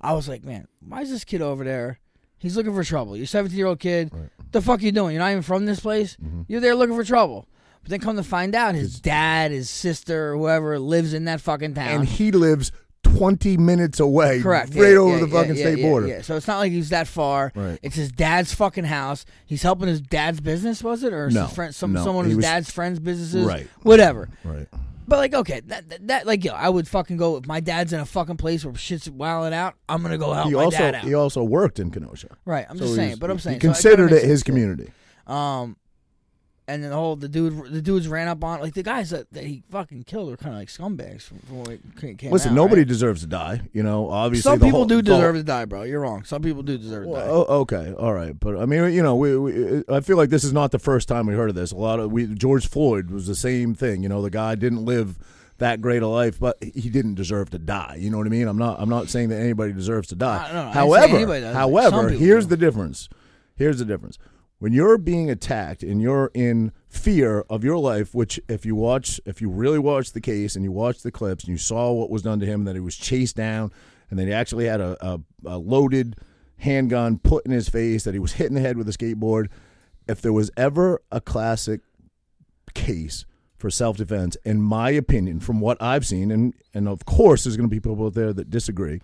I was like, man, why is this kid over there? He's looking for trouble. You're 17 year old kid. The fuck you doing? You're not even from this place. You're there looking for trouble. But then come to find out, his dad, his sister, whoever lives in that fucking town, and he lives 20 minutes away, Correct. right yeah, over yeah, the yeah, fucking yeah, state yeah, border. Yeah. So it's not like he's that far. Right. It's his dad's fucking house. He's helping his dad's business, was it, or No, his friend, some no, someone he his was- dad's friend's businesses, Right. Whatever. Right. But like, okay, that, that that like, yo, I would fucking go if my dad's in a fucking place where shit's wilding out. I'm gonna go help He my also dad out. he also worked in Kenosha. right. I'm So just he saying. was- But I'm he saying so kinda considered makes it his sense. community. Um, and then the whole the dude the dudes ran up on like the guys that, that he fucking killed were kind of like scumbags from, from when it came Listen, out, nobody right? deserves to die. You know, obviously Some the people whole- do the whole- deserve to die, bro. You're wrong. Some people do deserve to die. Well, o- okay, all right, but I mean, you know, we, we I feel like this is not the first time we heard of this. A lot of we George Floyd was the same thing. You know, the guy didn't live that great a life, but he didn't deserve to die. You know what I mean? I'm not I'm not saying that anybody deserves to die. I don't know. I didn't say however, anybody does, but some however, people here's do. the difference. Here's the difference. When you're being attacked and you're in fear of your life, which if you watch, if you really watch the case and you watch the clips and you saw what was done to him, that he was chased down, and that he actually had a, a, a loaded handgun put in his face, that he was hit in the head with a skateboard. If there was ever a classic case for self defense, in my opinion, from what I've seen, and, and of course there's going to be people out there that disagree,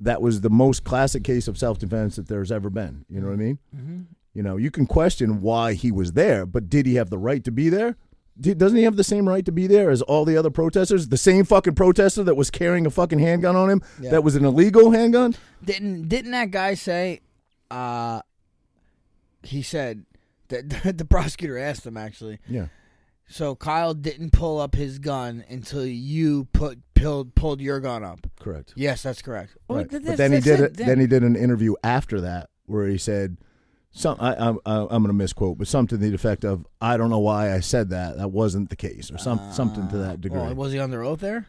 that was the most classic case of self defense that there's ever been. You know what I mean? Mm-hmm. You know, you can question why he was there, but did he have the right to be there? Did, doesn't he have the same right to be there as all the other protesters? The same fucking protester that was carrying a fucking handgun on him Yeah. that was an illegal handgun? Didn't didn't that guy say? Uh, he said that the, prosecutor asked him actually. Yeah. So Kyle didn't pull up his gun until you put pulled pulled your gun up. Correct. Yes, that's correct. Well, Right. th- but that's- then he that's did it. it. Then he did an interview after that where he said, "Some I, I, I, I'm going to misquote, but something to the effect of, I don't know why I said that. That wasn't the case, or some, something to that degree. Ah. Well, was he under oath there?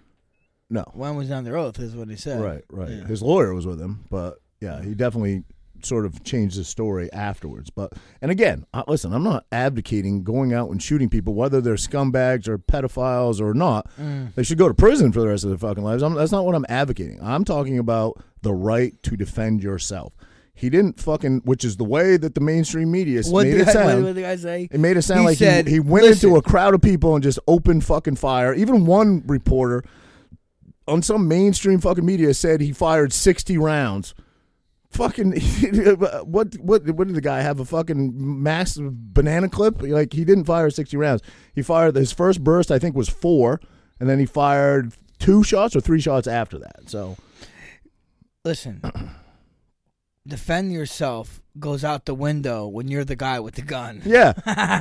no, When was he under oath? Is what he said. right, right. Yeah. His lawyer was with him, but yeah, he definitely sort of changed his story afterwards. But and again, I, listen, I'm not advocating going out and shooting people, whether they're scumbags or pedophiles or not. Mm. They should go to prison for the rest of their fucking lives. I'm, that's not what I'm advocating. I'm talking about the right to defend yourself. He didn't fucking, which is the way that the mainstream media What made did, it I, what sound. did the guy say? It made it sound He like said, he, he went "Listen." into a crowd of people and just opened fucking fire. Even one reporter on some mainstream fucking media said he fired 60 rounds. Fucking what what what did the guy have a fucking massive banana clip? Like he didn't fire 60 rounds. He fired his first burst I think was 4 and then he fired two shots or three shots after that. So Listen, defend yourself goes out the window when you're the guy with the gun. yeah.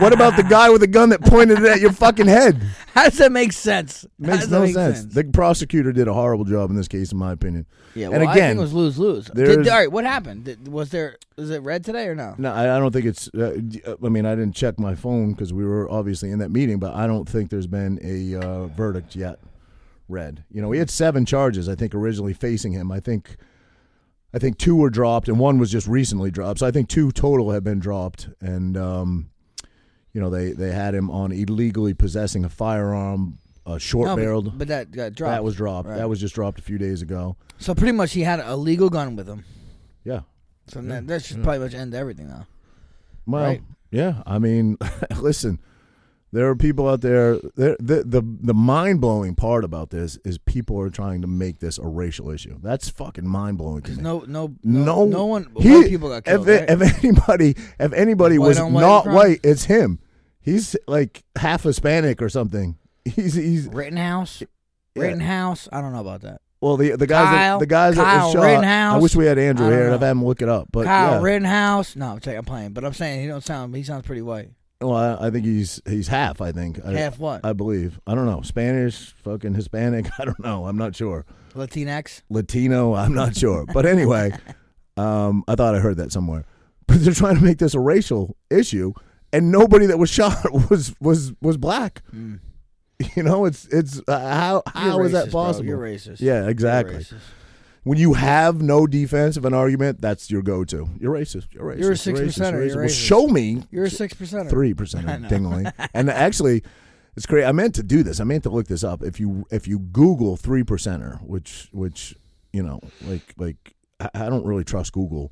what about the guy with the gun that pointed it at your fucking head? How does that make sense? How Makes does that no make sense. The prosecutor did a horrible job in this case, in my opinion. Yeah, and well, I again, think it was lose lose. Did, there's- all right, what happened? Did, was there was it red today or no? no, I, I don't think it's. Uh, d- uh, I mean, I didn't check my phone because we were obviously in that meeting, but I don't think there's been a uh, verdict yet. Read, you know, he had seven charges. I think originally facing him. I think, I think two were dropped and one was just recently dropped. So I think two total have been dropped, and um, you know, they they had him on illegally possessing a firearm, a short No, barreled. but, but that got dropped. that was dropped. Right. That was just dropped a few days ago. so pretty much he had a legal gun with him. Yeah. So that, Mm, that should probably much end everything now. Well, Right. yeah. I mean, listen, there are people out there. there- The the the mind blowing part about this is people are trying to make this a racial issue. That's fucking mind blowing to me. No, no, no, no, no one. he- white people got killed. If, right? if anybody, if anybody White was on white not crime? white, it's him. He's like half Hispanic or something. He's he's Rittenhouse, Yeah. Rittenhouse. I don't know about that. well the the guys Kyle- that, the guys that Kyle was shot. I Rittenhouse. wish we had Andrew I don't here. and know. I've had him look it up. But Kyle yeah. Rittenhouse. No, I'm, saying, I'm playing, but I'm saying he don't sound. He sounds pretty white. well, I, I think he's he's half. I think I- Half what? I believe. I don't know. Spanish, fucking Hispanic. I don't know. I'm not sure. Latinx. Latino. I'm not sure. But anyway, um, I thought I heard that somewhere. But they're trying to make this a racial issue, and nobody that was shot was was was black. You know, it's it's uh, how how Mm. You're is that racist, bro. possible? You're racist. Yeah, You're exactly. racist. when you have no defense of an argument, that's your go-to. You're racist. You're racist. You're a racist, six percenter, racist. you're Well, racist. show me You're a six percent. three percent dingling. and actually, it's great. I meant to do this. I meant to look this up. If you if you Google three percenter, which which you know, like like I, I don't really trust Google.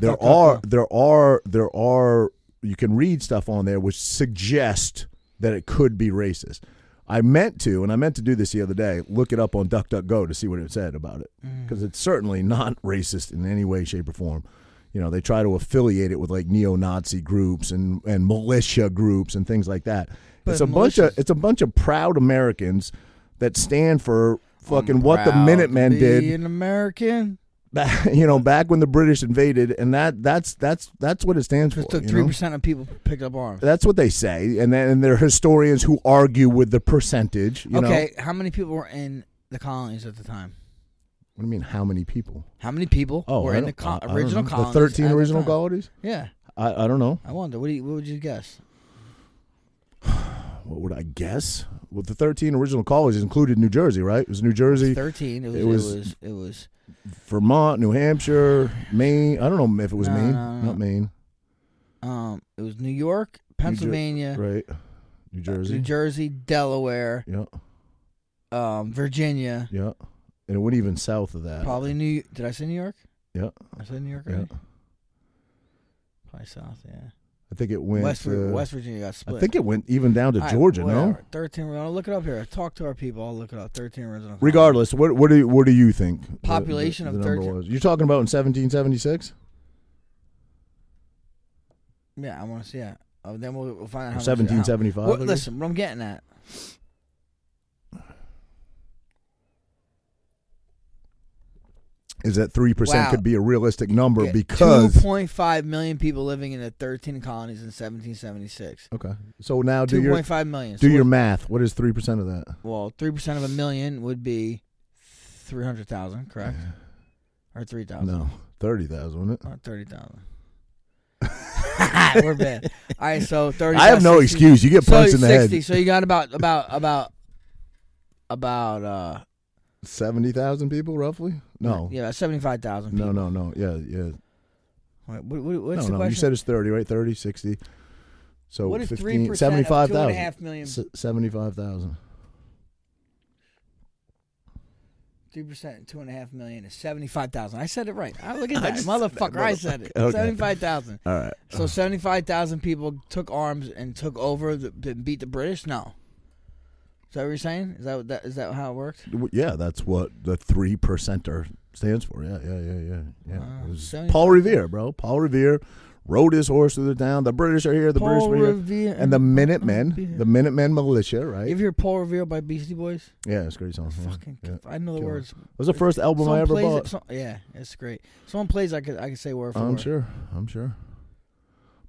There Okay, are okay. there are there are you can read stuff on there which suggest that it could be racist. I meant to, and I meant to do this the other day. Look it up on DuckDuckGo to see what it said about it, Mm. because it's certainly not racist in any way, shape, or form. You know, they try to affiliate it with like neo-Nazi groups and and militia groups and things like that. But it's a bunch of militias- it's a bunch of proud Americans that stand for fucking what the Minutemen did An American back, you know, back when the British invaded, and that that's that's that's what it stands for. because took you three know? percent of people picked up arms. That's what they say, and then and there are historians who argue with the percentage. You know, okay, how many people were in the colonies at the time? what do you mean? How many people? How many people Oh, were I in the don't- co- I- I don't original know. colonies? The thirteen at original time? colonies. Yeah, I, I don't know. I wonder. What do you, What would you guess? What would I guess? Well, the thirteen original colonies included New Jersey, right? It was New Jersey, Thirteen. It was. it It was- was. It was. It was Vermont, New Hampshire, Maine. I don't know if it was No, Maine, no, no. not Maine, um. It was New York, Pennsylvania, right? New Jersey. New Jersey, Delaware, yeah, um, Virginia. yeah. And it went even south of that. Probably New. Did I say New York? Yeah. I said New York. Yeah. Right? Probably South. Yeah. I think it went. West, Vir- uh, West Virginia got split. I think it went even down to All right, Georgia. No. whatever. Thirteen. We're gonna look it up here. Talk to our people. I'll look it up. Thirteen original. colonies. Regardless, what what do you, what do you think? the- Population of number 13 was? You're talking about in 1776, Yeah, I want to see it. Oh, then we'll, we'll find out. How much- how- 1775. What, listen, what I'm getting at. is that three percent Wow. could be a realistic number Yeah, because 2.5 million people living in the 13 colonies in 1776. okay. So now do your 2.5 million. do So your math. What is three percent of that? what- well, three percent of a million would be 300,000, correct? Or 3,000? No, thirty thousand, wasn't it? Or 30,000. We're bad. All right, so 30. I have no excuse. You get So punched in the 60. head. So you got about about about about uh Seventy thousand people, roughly. No, yeah about 75,000 no, people. no, no. Yeah, yeah. Wait, what, what, what's the no, no. question? You said it's thirty, right? 30, 60. So what is 15, 3% 75,000. of two and a half million S- 75,000. Three percent, two and a half million is seventy-five thousand. I said it right. Ah, look at I that, just- motherfucker! that I said it. motherfucker. Okay. Uh-huh. Seventy-five thousand. All right. So seventy-five thousand people took arms and took over the, and beat the British. No, is that what you're saying? Is that what that is that how it worked? W- Yeah, that's what the three percenter stands for. Yeah, yeah, yeah, yeah, yeah. Wow. It was Seventy- Paul Revere, bro. Paul Revere rode his horse through the town. The British are here. The British Paul are here. Revere And the Minutemen, Revere. the Minutemen militia, right? You ever hear Paul Revere by Beastie Boys? yeah, it's a great song. Yeah. Fucking, Uh-huh. yeah. I know the Killer. words. It was the first album Someone I ever plays bought. It, some- yeah, it's great. Someone plays, I could I could say word for I'm word. sure. I'm sure.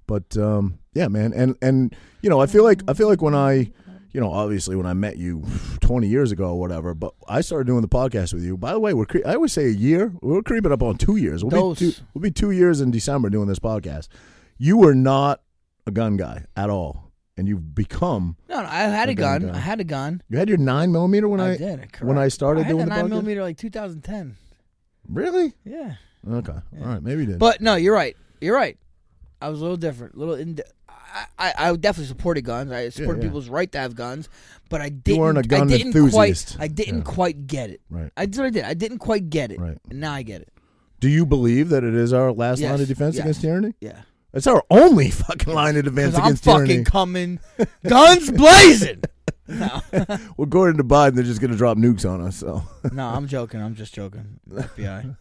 But um, yeah, man, and and you know, I feel like I feel like when I, you know, obviously when I met you 20 years ago or whatever, but I started doing the podcast with you. By the way, we're cre- I always say a year. We're creeping up on two years. We'll Dose. be two, we'll be two years in December doing this podcast. You were not a gun guy at all, and you've become. No, no, I had a I've been a gun. guy. I had a gun. You had your nine millimeter when I, I, did. Correct. when I started I had doing a the nine podcast? millimeter like 2010. really Yeah. okay. Yeah. All right, maybe you did. But no, you're right. You're right. I was a little different. Little in. I, I, I definitely supported guns. I supported yeah. people's right to have guns, but I didn't. weren't a gun I didn't enthusiast. Quite, I didn't Yeah. quite get it. right, I did. what I did. I didn't quite get it. right. And now I get it. Do you believe that it is our last Yes. line of defense Yes. against tyranny? Yeah. It's our only fucking line of defense Because I'm against fucking tyranny. coming, guns blazing. No, Well, according to Biden, they're just going to drop nukes on us. So no, I'm joking. I'm just joking. FBI.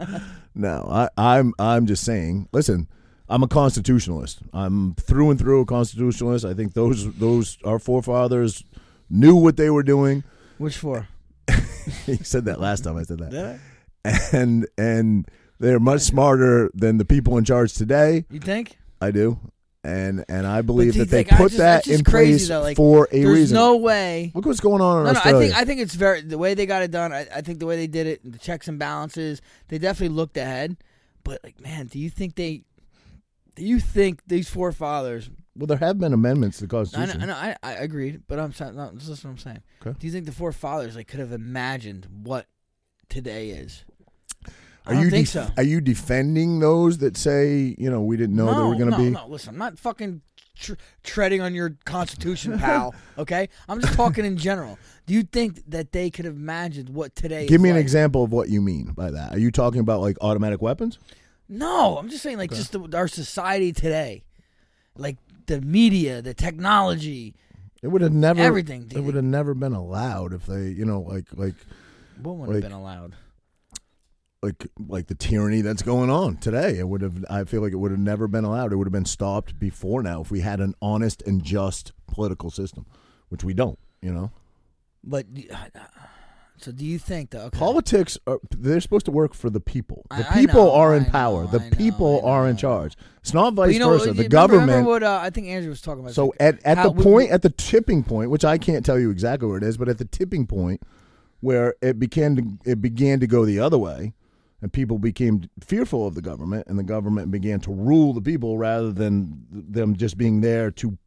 No. no, I, I'm I'm just saying. Listen, I'm a constitutionalist. I'm through and through a constitutionalist. I think those those our forefathers knew what they were doing. Which for? he said that last time I said that, You and and they're much smarter than the people in charge today. think? I do, and and I believe do you that they think- I put just- that it's just in crazy place though, like, for a There's reason. no way. Look what's going on in No, no, I Australia. think I think it's very the way they got it done. I, I think the way they did it, the checks and balances, they definitely looked ahead. But like, man, do you think they? Do you think these forefathers? well, there have been amendments to the I know, Constitution. I, know I, I agreed, but I'm saying, no, this is what I'm saying. Okay. Do you think the forefathers like could have imagined what today is. Are I don't you think def- so. Are you defending those that say you know we didn't know they were going to no, be? No, listen, I'm not fucking tr- treading on your constitution, pal. Okay, I'm just talking in general. Do you think that they could have imagined what today? Give is me an like? example of what you mean by that. Are you talking about like automatic weapons? No, I'm just saying, like, just the, our society today, like the media, the technology. It would have never Everything, It dude. would have never been allowed if they, you know, like like What would have Like- been allowed? like like the tyranny that's going on today. It would have. I feel like it would have never been allowed. It would have been stopped before now if we had an honest and just political system, which we don't. You know, But do- so, do you think though? okay. politics are they're supposed to work for the people. The I- I people know, are in I know, power. I the know, people I are in know. charge. It's not But vice you know, versa. you The remember- government. Remember what uh, I think Andrew was talking about? So Like, at, at how the we- point, at the tipping point, which I can't tell you exactly where it is, but at the tipping point where it began to, it began to go the other way, and people became fearful of the government, and the government began to rule the people rather than them just being there to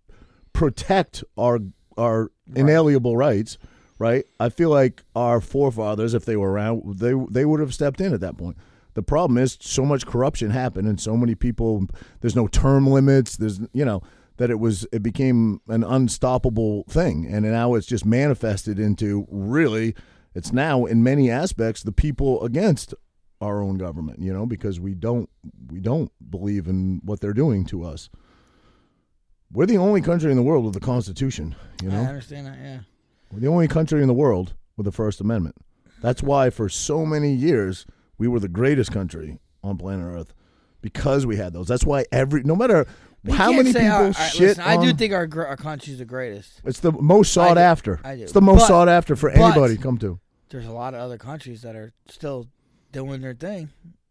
protect our our inalienable rights. Right? I feel like our forefathers, if they were around, they they would have stepped in at that point. The problem is so much corruption happened, and so many people. There's no term limits. There's you know that it was it became an unstoppable thing, and now it's just manifested into really. It's now in many aspects the people against our own government, you know, because we don't we don't believe in what they're doing to us. We're the only country in the world with a constitution, you know. I understand that. Yeah. We're the only country in the world with the First Amendment. That's why, for so many years, we were the greatest country on planet Earth because we had those. That's why every, no matter But you how can't many say, people all right, all right, shit, listen, I do on- think our gr- our country's the greatest. it's the most I sought do- after. I do. It's the most But- sought after for but- anybody to come to. There's a lot of other countries that are still doing their thing,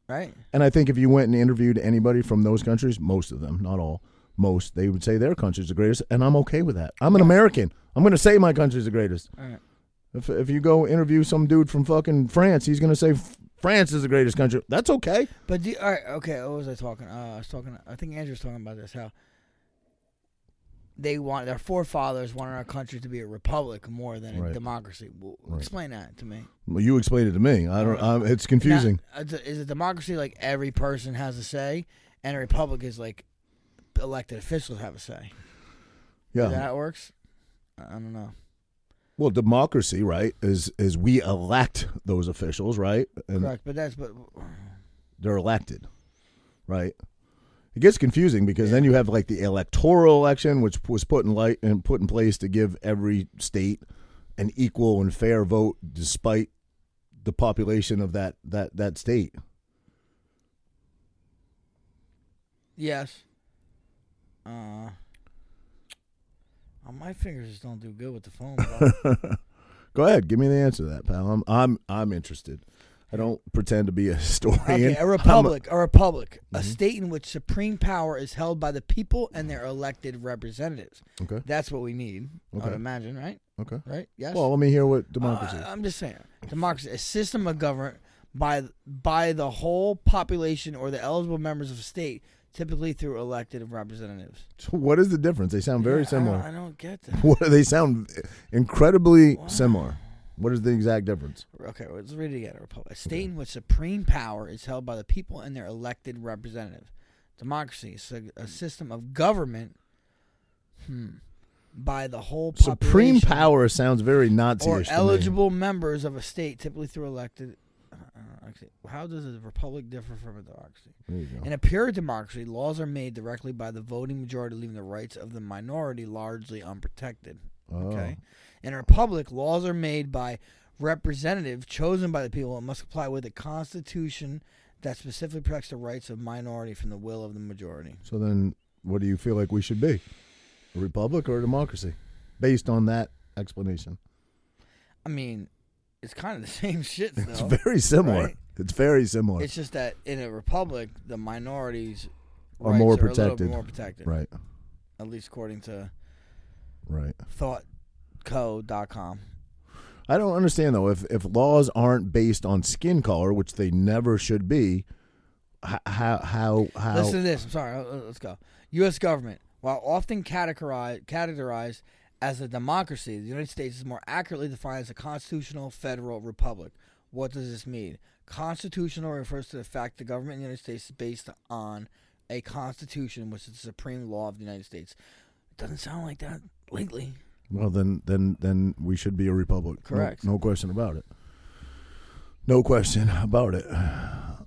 right? And I think if you went and interviewed anybody from those countries, most of them, not all, most, they would say their country's the greatest, and I'm okay with that. I'm an American. I'm going to say my country's the greatest. All right. If, if you go interview some dude from fucking France, he's going to say "F- France is the greatest country. That's okay. But do, all right, okay. What was I talking? Uh, I was talking. I think Andrew was talking about this. How they want their forefathers wanted our country to be a republic more than a Right. democracy. Well, Right. Explain that to me. Well, you explained it to me. I don't. i it's confusing. Now, is a- is a democracy like every person has a say, and a republic is like elected officials have a say? yeah. Is that how it works? I I don't know. Well, democracy, right, is is we elect those officials, right, and Correct, but that's but they're elected, right. It gets confusing because then you have like the electoral election, which was put in light and put in place to give every state an equal and fair vote, despite the population of that that that state. yes. Uh, oh, my fingers just don't do good with the phone. bro. Go ahead, give me the answer to that, pal. I'm I'm I'm interested. I don't pretend to be a Mm-hmm. historian. Okay, a I'm republic, a, republic, a state in which supreme power is held by the people and their elected representatives. Okay. That's what we need. I would Okay. imagine, right? Okay. Right? Yes. Well, let me hear what Uh, democracy. is. I'm just saying, democracy, a system of government by by the whole population or the eligible members of a state, typically through elected representatives. So what is the difference? They sound very Yeah, I don't- similar. I don't, get that. What they sound incredibly similar. What is the exact difference? Okay, let's read it again. A republic, a state in which supreme power is held by the people and their elected representative. Democracy is a, a system of government hmm, by the whole Supreme population power sounds very or Nazi-ish. to me. eligible members of a state, typically through elected. Uh, okay, how does a republic differ from a democracy? There you go. In a pure democracy, laws are made directly by the voting majority, leaving the rights of the minority largely unprotected. Oh. Okay. In a republic, laws are made by representative chosen by the people and must comply with a constitution that specifically protects the rights of minority from the will of the majority. So then, what do you feel like we should be? A republic or a democracy? Based on that explanation, I mean, it's kind of the same shit though. it's very similar. right. It's very similar. It's just that in a republic, the minorities Are rights more a little protected. more protected, right. At least according to Right. ThoughtCo.com. I don't understand though if if laws aren't based on skin color, which they never should be. h- How how how? Listen to this. I'm sorry. uh, uh, Let's go. U.S. government, while often categorized, categorized as a democracy, the United States is more accurately defined as a constitutional federal republic. What does this mean? Constitutional refers to the fact the government of the United States is based on a constitution, which is the supreme law of the United States. It doesn't sound like that lately. Well, then, then, then we should be a republic. No- Correct. No, question about it. No question about it.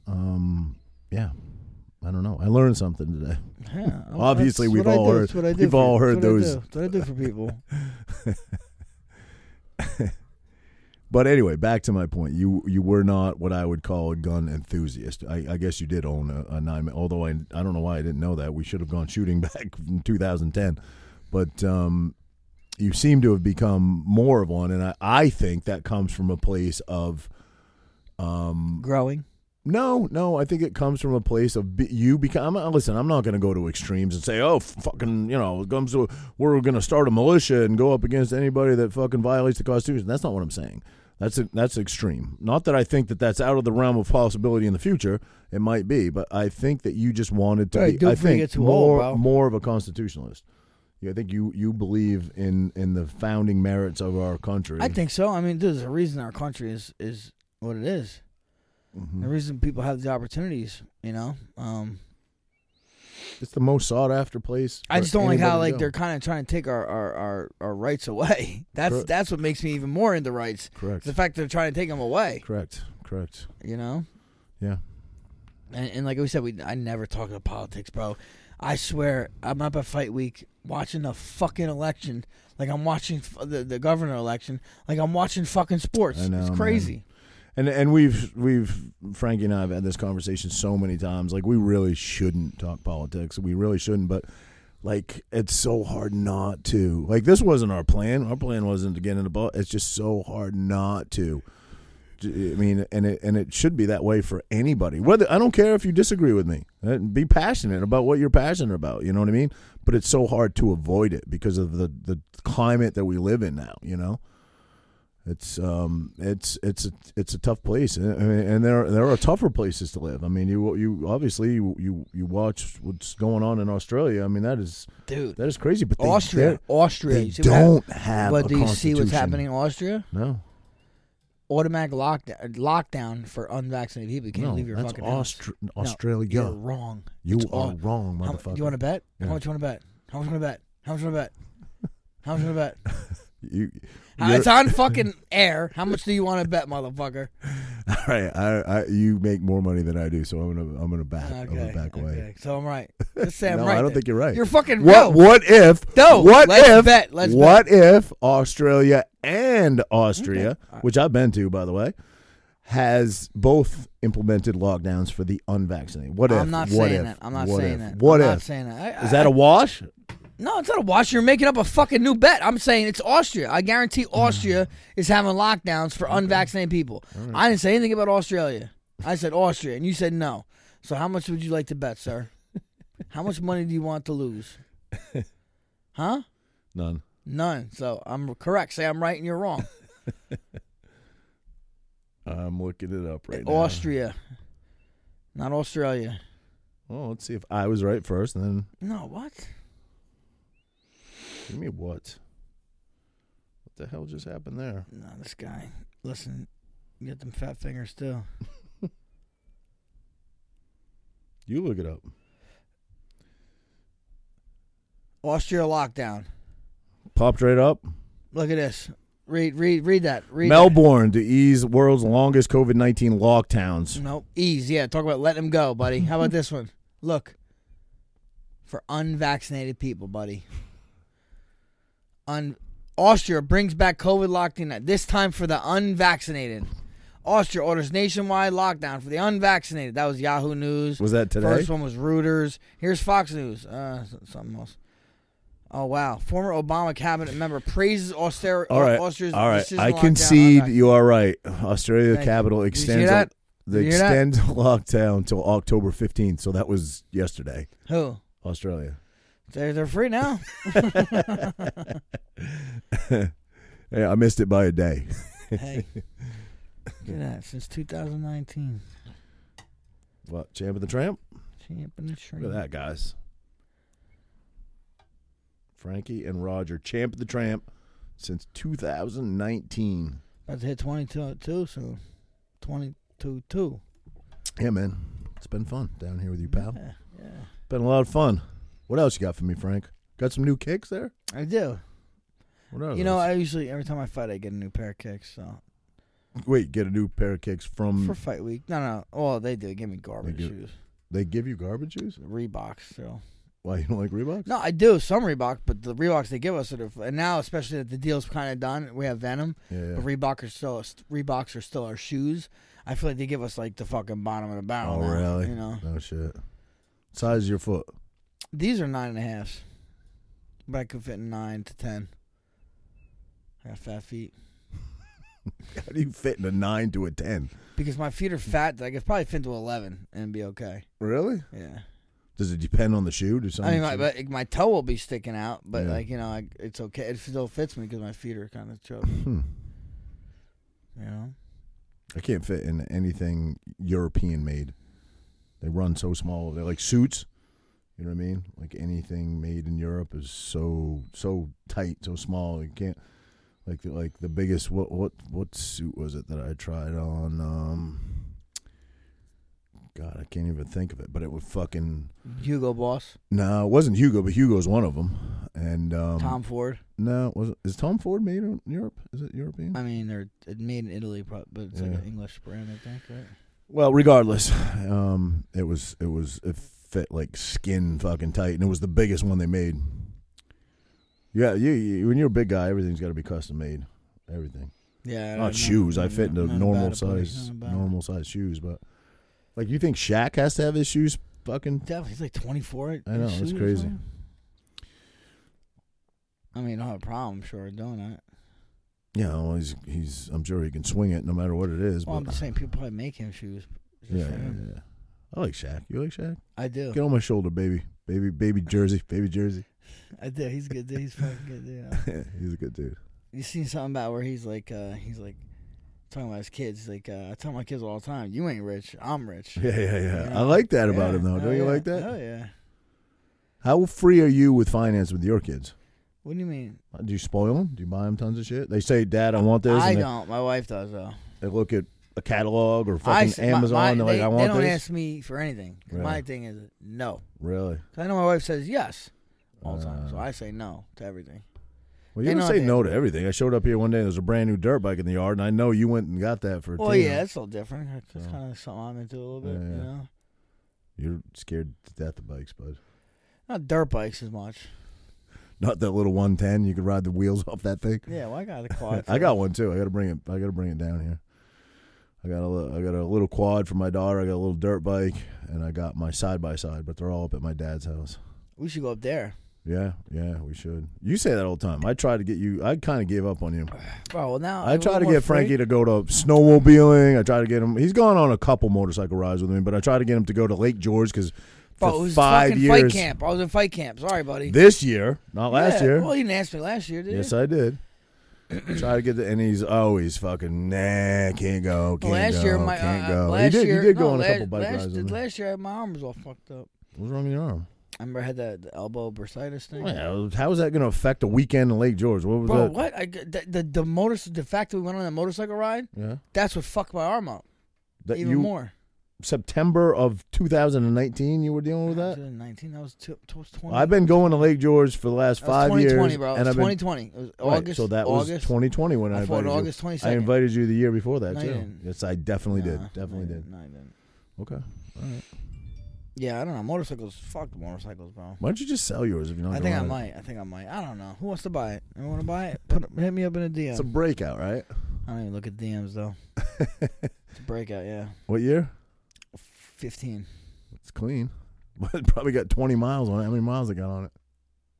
Um, yeah, I don't know. I learned something today. Yeah, oh, Obviously, that's we've what I all do. heard- That's what I do we've for- all heard that's what I those- do. That's what I do for people. But anyway, back to my point. You you were not what I would call a gun enthusiast. I, I guess you did own a, a nine. Although I I don't know why I didn't know that. We should have gone shooting back in 2010. But um, you seem to have become more of one, and I, I think that comes from a place of um, Growing. no, no. I think it comes from a place of be, you become. I'm- Listen, I'm not going to go to extremes and say, oh, fucking, you know, it comes to we're going to start a militia and go up against anybody that fucking violates the Constitution. That's not what I'm saying. That's a, that's extreme. Not that I think that that's out of the realm of possibility in the future. It might be, but I think that you just wanted to Right, be. don't I think forget to more all, bro. more of a constitutionalist. Yeah, I think you you believe in in the founding merits of our country. I think so. I mean, there's a reason our country is is what it is. Mhm. The reason people have the opportunities, you know. Um, it's the most sought after place. I for just don't like how anybody to like go. they're kind of trying to take our, our, our, our rights away. That's Correct. that's what makes me even more into rights. correct. The fact they're trying to take them away, Correct. Correct. you know. Yeah. And, and like we said, we I never talk about politics, bro. I swear, I'm up at fight week watching the fucking election, like I'm watching f- the the governor election, like I'm watching fucking sports. I know, it's man. crazy. And and we've we've Frankie and I have had this conversation so many times. Like we really shouldn't talk politics. We really shouldn't, but like it's so hard not to. Like this wasn't our plan. Our plan wasn't to get into politics. It's just so hard not to. J- I mean, and it and it should be that way for anybody. Whether I don't care if you disagree with me, Uh, be passionate about what you're passionate about. You know what I mean? But it's so hard to avoid it because of the the climate that we live in now. You know. It's um, it's it's a it's a tough place, and, I mean, and there are, there are tougher places to live. I mean, you you obviously you, you you watch what's going on in Australia. I mean, that is Dude, that is crazy. But they, Austria, they're- Austria, they you see what hap- don't have. But a do you see constitution. what's happening in Austria? No, Automatic lockdown, lockdown for unvaccinated people. You can't no, leave your that's fucking house. Austra- Australia. You're wrong. you it's are all- wrong, How, motherfucker. do you want to bet? Yeah. How much you want to bet? How much you want to bet? How much you want to bet? How much you want to bet? You- Uh, you're- it's on fucking air. How much do you want to bet, motherfucker? all right, I, I, you make more money than I do, so I'm gonna I'm gonna back I'm Okay. gonna back away. okay. So I'm right. Just say I'm no, right. I don't then. think you're right. You're fucking What? no. What if? No, What let's if? bet, let's bet. what if Australia and Austria, which I've been to by the way, has both implemented lockdowns for the unvaccinated? What if? I'm not what saying if, that. I'm not what saying if, that. What I'm if? Not saying that. I, Is that a wash? No, it's not a wash. You're making up a fucking new bet. I'm saying it's Austria. I guarantee Austria is having lockdowns for unvaccinated people. I didn't say anything about Australia. I said Austria, and you said no. So how much would you like to bet, sir? how much money do you want to lose? Huh? None. None. So I'm correct. Say I'm right and you're wrong. I'm looking it up right now. Austria, not Australia. Well, let's see if I was right first, and then No, what? give me what? What the hell just happened there? No, this guy. Listen, you got them fat fingers still. You look it up. Austria lockdown. Popped right up. Look at this. Read, read, read that. Read that. Melbourne to ease world's longest COVID nineteen lockdowns. Nope. Ease. Yeah. Talk about letting them go, buddy. How about this one? Look. For unvaccinated people, buddy. Un- Austria brings back COVID lockdown, this time for the unvaccinated. Austria orders nationwide lockdown for the unvaccinated. That was Yahoo News. Was that today? First one was Reuters. Here's Fox News. Uh, s- something else. Oh wow! Former Obama cabinet member praises Austeri- All right. Austria's All right. decision I to lock down concede unvac- you are right. Australia Thank you. capital Did you see extends that? the Did you hear that? extend lockdown till October 15th. So that was yesterday. Who? Australia. They're, they're free now. Hey, I missed it by a day. Hey. Look at that. Since 2019. What? Champ of the Tramp? Champ and the Shrimp. Look at that, guys. Frankie and Roger, Champ of the Tramp since 2019. About to hit 22 too soon. 22 2. Yeah, man. It's been fun down here with you, pal. Yeah, yeah. Been a lot of fun. What else you got for me, Frank? Got some new kicks there? I do. What are You know, those? I usually, every time I fight, I get a new pair of kicks. So wait, get a new pair of kicks from for fight week. No, no. Oh, they do. Give me garbage do. shoes. Mm. they give you garbage shoes? Reeboks. So. Why you don't like Reeboks? No, I do some Reebok, but the Reeboks they give us sort of, and now especially that the deal's kind of done, we have Venom, Yeah, but yeah. Reebok are still Reeboks are still our shoes. I feel like they give us like the fucking bottom of the barrel. Oh, now, really? You know, No shit. Size of your foot. these are nine and a halfs, but I could fit in nine to ten. I got fat feet How do you fit in a nine to a ten? because my feet are fat. that I could probably fit into eleven and be okay. Really? Yeah, Does it depend on the shoe? Do I something? mean, my, but my toe will be sticking out, but Yeah. like you know, I, it's okay. It still fits me because my feet are kind of chubby. Hmm. You know. I can't fit in anything European made. They run so small. They're like suits. You know what I mean? Like anything made in Europe is so so tight, so small. You can't like the, like the biggest what what what suit was it that I tried on? Um, God, I can't even think of it. But it was fucking Hugo Boss, no. It wasn't Hugo, but Hugo's one of them. And um, Tom Ford. No, was is Tom Ford made in Europe? Is it European? I mean, they're it made in Italy, prob- but it's like Yeah. an English brand, I think, right? Well, regardless, um, it was it was it fit like skin fucking tight, and it was the biggest one they made. Yeah, you, you when you're a big guy, everything's got to be custom made. Everything, Yeah. not shoes. I fit into normal size, normal size shoes, but like you think Shaq has to have his shoes fucking? Definitely, he's like 24. I know, that's his shoes or crazy. something. I mean, I don't have a problem, sure, doing it. Yeah, well, he's he's. I'm sure he can swing it no matter what it is. Well, I'm but just saying, people probably make him shoes. just yeah, for yeah, him. yeah. I like Shaq. You like Shaq? I do. Get on my shoulder, baby, baby, baby jersey, baby jersey. I do. He's a good. Dude. He's fucking good. Dude. he's a good dude. you seen something about where he's like, uh, he's like talking about his kids. He's like, uh, I tell my kids all the time, you ain't rich. I'm rich. Yeah, yeah, yeah. You I know? like that about Yeah. him, though. Oh, Don't you yeah. like that? Oh yeah. How free are you with finance with your kids? Uh, What do you mean? Do you spoil them? Do you buy them tons of shit? They say, "Dad, I want this." I and they, don't. My wife does though. they look at a catalog or I fucking s- my- Amazon. my- they're like, they, "I they want don't this." ask me for anything. 'Cause My Really? thing is no. really? 'Cause I know my wife says yes all the time, so Uh, I say no to everything. Well, They you don't know say they- no to everything. I showed up here one day. and There's a brand new dirt bike in the yard, and I know you went and got that for. a Well, tenner. yeah, it's a little different. It's So- kind of something I'm into a little bit, Yeah, you yeah. know. You're scared to death of bikes, bud. Not dirt bikes as much. Not that little 110. You could ride the wheels off that thing. Yeah, well, I got a quad. I got one too. I got to bring it. I got to bring it down here. I got a li- I got a little quad for my daughter. I got a little dirt bike, and I got my side by side. But they're all up at my dad's house. We should go up there, Yeah, yeah, we should. You say that all the time. I try to get you. I kind of gave up on Uh, you. bro. Well, now I we're try to more get free. Frankie to go to snowmobiling. I try to get him. He's gone on a couple motorcycle rides with me, but I try to get him to go to Lake George because Bro, it for was five fucking years Fight camp. I was in fight camp. Sorry, buddy. this year, not last Yeah, year. Well, you didn't ask me last year, did yes, you? I did. Try to get the, and he's always fucking nah, can't go, can't Well, last go, year, my can't uh, go. last you did, year, you did go no, on a last, couple bike last, rides. with me. Last year, my arm was all fucked up. What's wrong with your arm? I remember I had that the elbow bursitis thing. Well, how is that going to affect a weekend in Lake George? What was Bro, that? what? I, the, the the motor the fact that we went on that motorcycle ride, Yeah, that's what fucked my arm up that even you more. September of 2019, you were dealing with that. 2019, that was, two, that was 20. I've been going to Lake George for the last that was five 2020, years, bro. It and was I've been 2020. It was right, August. so that August. was 2020 when I, I fought invited in you. August 22nd. I invited you the year before that No, you too. didn't. Yes, I definitely did. Nah, Definitely no, you did. No, you didn't. Okay. All right. Yeah, I don't know. Motorcycles, fuck the motorcycles, bro. Why don't you just sell yours if you're not? I gonna think I ride it? might. I think I might. I don't know. Who wants to buy it? Anyone want to buy it? Put, hit me up in a DM. It's a breakout, right? I don't even look at DMs though. it's a breakout, yeah. What year? 15. It's clean. But it probably got 20 miles on it. How many miles it got on it?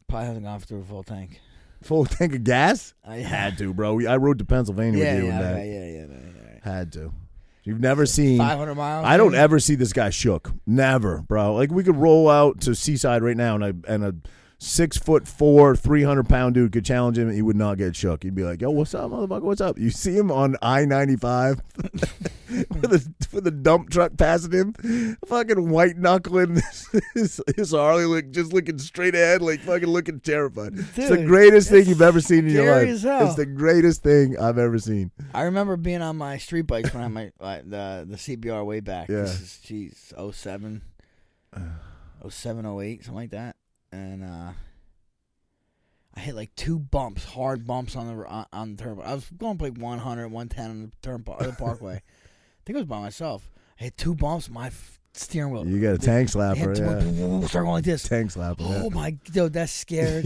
Probably hasn't gone through a full tank. Full tank of gas? I Had to, bro. We- I rode to Pennsylvania yeah, with you and yeah, that. yeah, yeah, yeah, yeah. Had to. You've never seen. Five hundred miles. I don't maybe? ever see this guy shook. Never, bro. Like we could roll out to Seaside right now, and a and a six foot four, three hundred pound dude could challenge him, and he would not get shook. He'd be like, "Yo, what's up, motherfucker? What's up?" You see him on I ninety five, with a with a dump truck passing him, fucking white knuckling his, his Harley, like just looking straight ahead, like fucking looking terrified. it's the Dude, greatest thing it's you've ever seen in your scary life. as hell. It's the greatest thing I've ever seen. I remember being on my street bikes when I had my like, the the CBR way back. Yeah. This is geez, 07, 07, 08, something like that. And uh, I hit like two bumps, hard bumps on the on, on the turnpike. I was going like 100, 110 on the turnpike, the parkway. I think it was by myself. I hit two bumps. My f- steering wheel. You got a tank They had slapper, two- yeah. Start going like this. Tank slapper. yeah. Oh my dude, that scared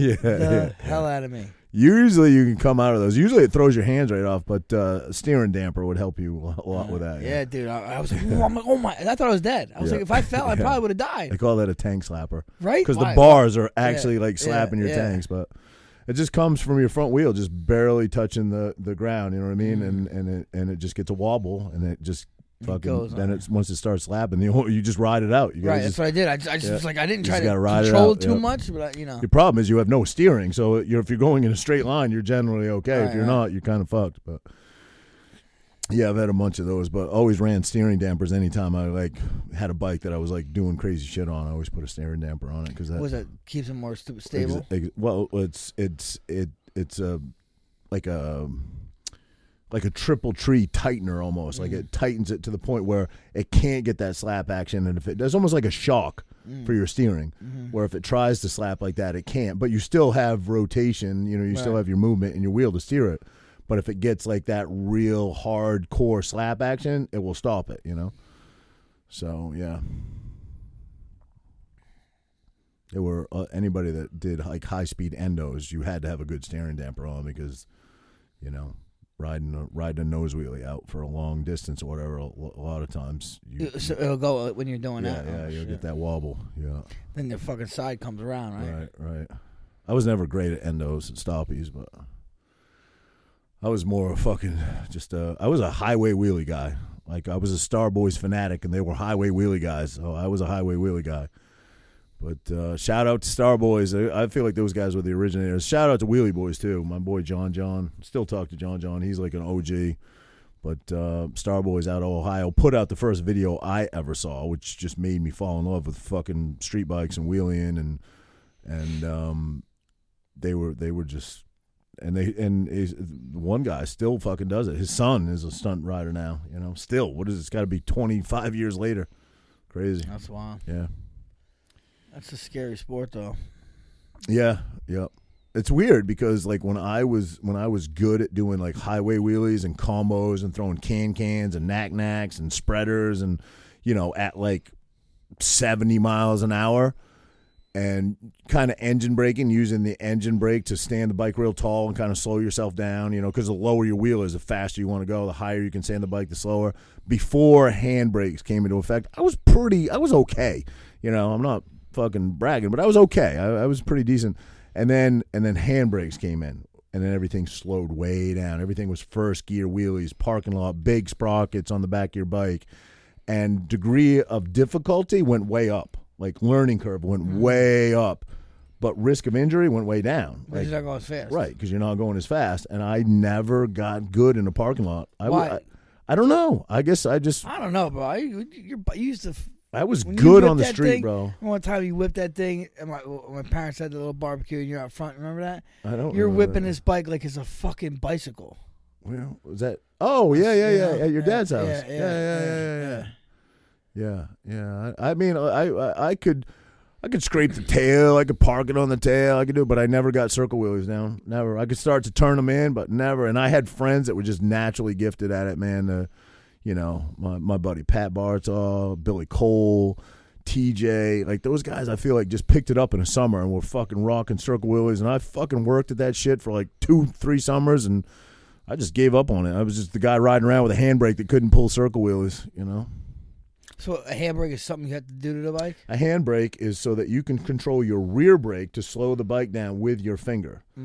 Yeah, the yeah, hell out of me. Usually you can come out of those. Usually it throws your hands right off, but uh, a steering damper would help you a lot with that. Yeah, dude. I, I was like, "Ooh," I'm like, oh my! I thought I was dead. I was Yeah. like, if I fell, I Yeah. probably would have They died. call that a tank slapper Right? because the Why? bars are actually like yeah, slapping your yeah. tanks, but it just comes from your front wheel, just barely touching the, the ground. You know what I mean? And and it and it just gets a wobble, and it just fucking Mm. goes then on. it's once it starts slapping, you you just ride it out. You gotta Right. just- that's what I did. I just, I just yeah. was like, I didn't You try just to gotta ride it control out, too yeah. much, but I, you know, your problem is you have no steering, so you're, if you're going in a straight line, you're generally okay. if Right, you're right. not, you're kind of fucked. But yeah, I've had a bunch of those, but always ran steering dampers anytime I like had a bike that I was like doing crazy shit on. I always put a steering damper on it because that what was it keeps them more stu- ex- stable. ex- well, it's it's it it's a like a like a triple tree tightener almost. Like Mm. it tightens it to the point where it can't get that slap action, and if it, it's almost like a shock Mm. for your steering, Mm-hmm. where if it tries to slap like that, it can't. But you still have rotation. You know, you still Right. have your movement and your wheel to steer it. But if it gets like that real hardcore slap action, it will stop it. You know. So yeah. They were uh, anybody that did like high speed endos. You had to have a good steering damper on because, you know, riding a, riding a nose wheelie out for a long distance or whatever. A, lo- a lot of times, you, It- So it'll go uh, when you're doing yeah, that. yeah, Oh, you'll shit. get that wobble. Yeah, Then the fucking side comes around, right? right, right. I was never great at endos and stoppies, but I was more a fucking just a. I was a highway wheelie guy. Like I was a Starboys fanatic, and they were highway wheelie guys. So I was a highway wheelie guy. But uh, shout out to Star Boys. I, I feel like those guys were the originators. Shout out to Wheelie Boys too. My boy John John. Still talk to John John. He's like an OG. But uh, Star Boys out of Ohio put out the first video I ever saw, which just made me fall in love with fucking street bikes and wheeling and and um, they were they were just and they and is- one guy still fucking does it. His son is a stunt rider now. You know, still what is it? has got to be twenty five years later. Crazy. That's wild. Yeah. That's a scary sport, though. Yeah, yeah. It's weird because like when I was when I was good at doing like highway wheelies and combos and throwing can cans and knack knacks and spreaders and you know at like seventy miles an hour and kind of engine braking using the engine brake to stand the bike real tall and kind of slow yourself down you know because the lower your wheel is the faster you want to go the higher you can stand the bike the slower before hand brakes came into effect i was pretty i was okay you know i'm not fucking bragging but i was okay i, I was pretty decent and then and then hand brakes came in and then everything slowed way down everything was first gear wheelies parking lot big sprockets on the back of your bike and degree of difficulty went way up. Like learning curve went Mm-hmm. way up, but risk of injury went way down. Because Like, you're not going as fast. right, because you're not going as fast. And I never got good in a parking lot. I, w- Why? I, I don't know. I guess I just I don't know, bro. I, you, you're, you used to. f- I was when you good whip on the that street, thing- bro. One time you whipped that thing, and my, my parents had the little barbecue, and you're out front. Remember that? I don't. You're remember whipping that. this bike like it's a fucking bicycle. Well, was that? Oh yeah, yeah, yeah. Yeah, At your yeah, dad's yeah, house. Yeah, yeah, yeah, yeah, yeah, yeah. yeah, yeah. yeah. I, I mean, I, I I could. I could scrape the tail. I could park it on the tail. I could do it, but I never got circle wheelies down. Never. I could start to turn them in, but never. And I had friends that were just naturally gifted at it, man. Uh, you know, my, my buddy Pat Bartaw, Billy Cole, TJ, like those guys, I feel like just picked it up in the summer and were fucking rocking circle wheelies. And I fucking worked at that shit for like two, three summers, and I just gave up on it. I was just the guy riding around with a handbrake that couldn't pull circle wheelies. You know, So a handbrake is something you have to do to the bike. a handbrake is so that you can control your rear brake to slow the bike down with your finger. You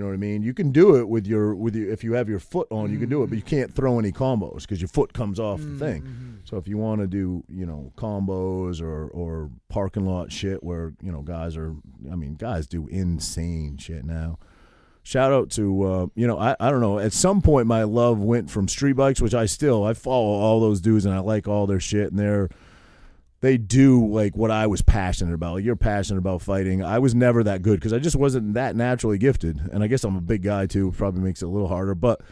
know what I mean? You can do it with your with your if you have your foot on, you can do it, but you can't throw any combos because your foot comes off the thing. So if you want to do you know combos or or parking lot shit where you know guys are, I mean guys do insane shit now shout out to uh, you know I, I don't know at some point my love went from street bikes which i still i follow all those dudes and i like all their shit and they're they do like what i was passionate about you're passionate about fighting i was never that good because i just wasn't that naturally gifted and i guess i'm a big guy too probably makes it a little harder but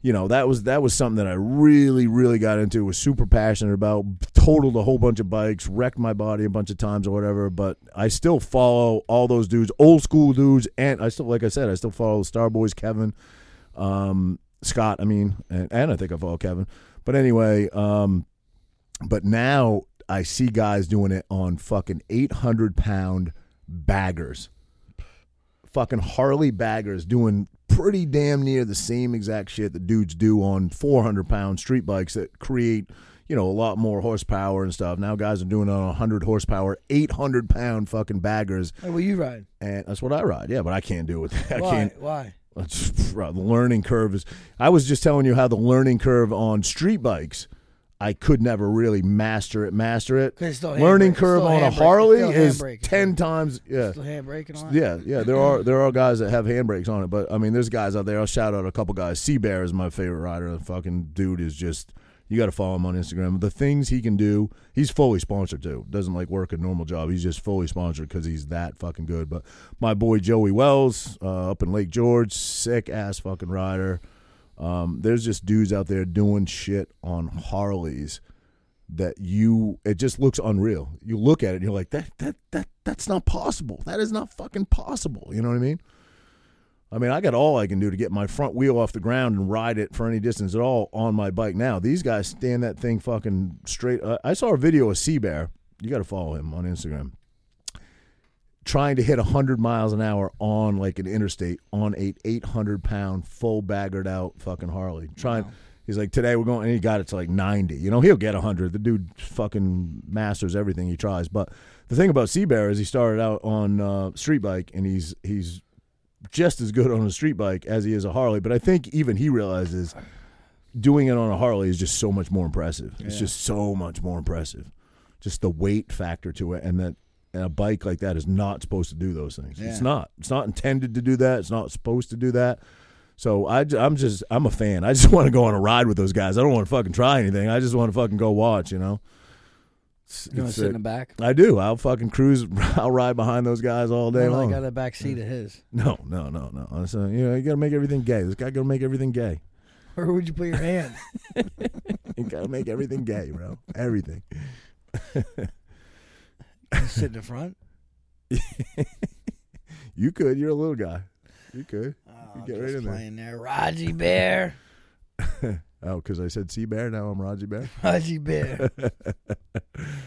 you know that was that was something that i really really got into was super passionate about totaled a whole bunch of bikes wrecked my body a bunch of times or whatever but i still follow all those dudes old school dudes and i still like i said i still follow starboys kevin um, scott i mean and, and i think i follow kevin but anyway um, but now i see guys doing it on fucking 800 pound baggers fucking Harley baggers doing pretty damn near the same exact shit that dudes do on 400 pound street bikes that create, you know, a lot more horsepower and stuff. Now guys are doing it on 100 horsepower, 800 pound fucking baggers. Hey, well, you ride. And that's what I ride. Yeah, but I can't do it. I Why? can't. Why? That's- The learning curve is. I was just telling you how the learning curve on street bikes. I could never really master it. Master it. 'Cause it's still handbrake- Learning it's curve still on a handbrake- it's Harley still is handbrake. ten times. Yeah, Still handbrake and all that? yeah, yeah. There are there are guys that have handbrakes on it, but I mean, there's guys out there. I'll shout out a couple guys. Sea Bear is my favorite rider. The fucking dude is just. You got to follow him on Instagram. The things he can do, he's fully sponsored too. Doesn't like work a normal job. He's just fully sponsored because he's that fucking good. But my boy Joey Wells uh, up in Lake George, sick ass fucking rider. Um, there's just dudes out there doing shit on Harleys that you it just looks unreal. You look at it and you're like, that that that that's not possible. That is not fucking possible. You know what I mean? I mean, I got all I can do to get my front wheel off the ground and ride it for any distance at all on my bike now. These guys stand that thing fucking straight. Uh, I saw a video of Sea Bear. You got to follow him on Instagram. Trying to hit 100 miles an hour on like an interstate on a 800 pound full baggered out fucking Harley. Trying. He's like, today we're going, and he got it to like 90. You know, he'll get 100. The dude fucking masters everything he tries. But the thing about Sea Bear is he started out on uh, street bike, and he's he's just as good on a street bike as he is a Harley. But I think even he realizes doing it on a Harley is just so much more impressive. It's just so much more impressive. Just the weight factor to it, and that and a bike like that is not supposed to do those things. It's Yeah. not. It's not intended to do that. It's not supposed to do that. So I, j- I'm just I'm a fan. I just want to go on a ride with those guys. I don't want to fucking try anything. I just want to fucking go watch. You know. It's- You want it's to sit in a- the back? I do. I'll fucking cruise. I'll ride behind those guys all day Well, I long. got a back seat of his. No, no, no, no. I said, you know, you gotta make everything gay. This guy gotta make everything gay. Where would you put your hand? You gotta make everything gay, bro. Everything. You sit in the front. You could. You're a little guy. You could. Oh, You get just right in there. playing there. Raji Bear. Oh, because I said Sea Bear. Now I'm Raji Bear. Raji Bear.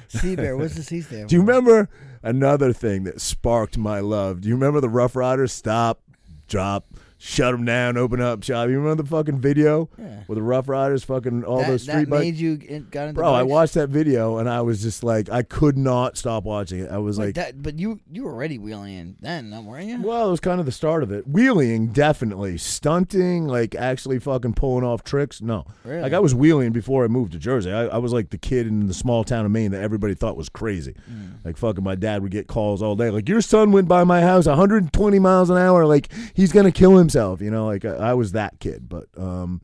sea Bear. What's the sea stand Do you for? remember another thing that sparked my love? Do you remember the Rough Riders? Stop, drop, shut them down, open up shop. You remember the fucking video Yeah. with the Rough Riders fucking all that, those street that bikes? made you in, got into Bro, I bikes? watched that video and I was just like, I could not stop watching it. I was But like, that, but you you were already wheeling in then, no, weren't you? Well, it was kind of the start of it. Wheeling, definitely. Stunting, like actually fucking pulling off tricks, no. Really? Like I was wheeling before I moved to Jersey. I, I was like the kid in the small town of Maine that everybody thought was crazy. Hmm. Like fucking my dad would get calls all day, like your son went by my house 120 miles an hour, like he's gonna kill himself. You know, like I, I was that kid, but um.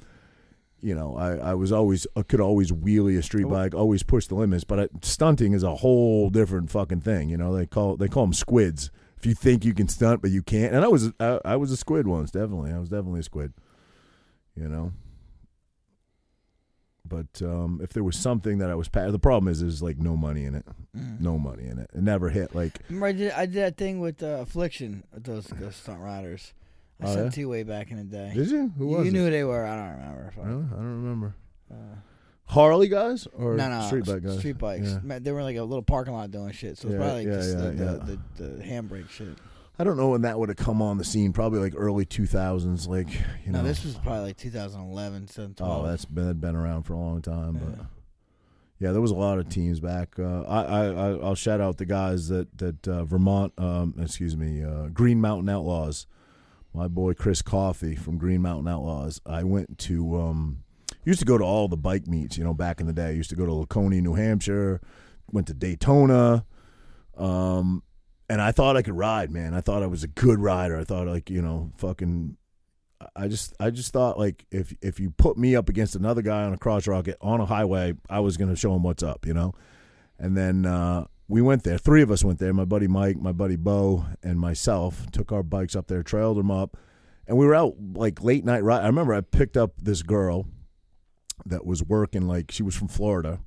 You know, I, I was always I could always wheelie a street bike, always push the limits. But I, stunting is a whole different fucking thing. You know, they call they call them squids if you think you can stunt but you can't. And I was I, I was a squid once, definitely. I was definitely a squid. You know. But um, if there was something that I was pa- the problem is there's like no money in it, no money in it. It never hit. Like Remember, I did I did that thing with uh, Affliction with those, those stunt riders. I Oh, sent yeah? to you way back in the day. did you? Who you was knew it? who they were. I don't remember. Fuck. Really? I don't remember. Uh, Harley guys or no, no, street s- bike guys? Street bikes. Yeah. Man, They were in, like a little parking lot doing shit. So it's Yeah, probably like yeah, just yeah, the, yeah. The, the, the handbrake shit. I don't know when that would have come on the scene. Probably like early two thousands. Like you No, know, this was probably like 2011, 2012. Oh, that's been been around for a long time, Yeah. but yeah, there was a lot of teams back. Uh, I, I I- I'll shout out the guys that that uh, Vermont, um, excuse me, uh, Green Mountain Outlaws. My boy Chris Coffey from Green Mountain Outlaws. I went to um, used to go to all the bike meets. You know, back in the day, I used to go to Laconia, New Hampshire. Went to Daytona. Um, and I thought I could ride, man. I thought I was a good rider. I thought like, you know, fucking I just I just thought like if if you put me up against another guy on a cross rocket on a highway, I was gonna show him what's up, you know? And then uh we went there. Three of us went there. My buddy Mike, my buddy Bo, and myself took our bikes up there, trailed them up, and we were out like late night ride. I remember I picked up this girl that was working like she was from Florida.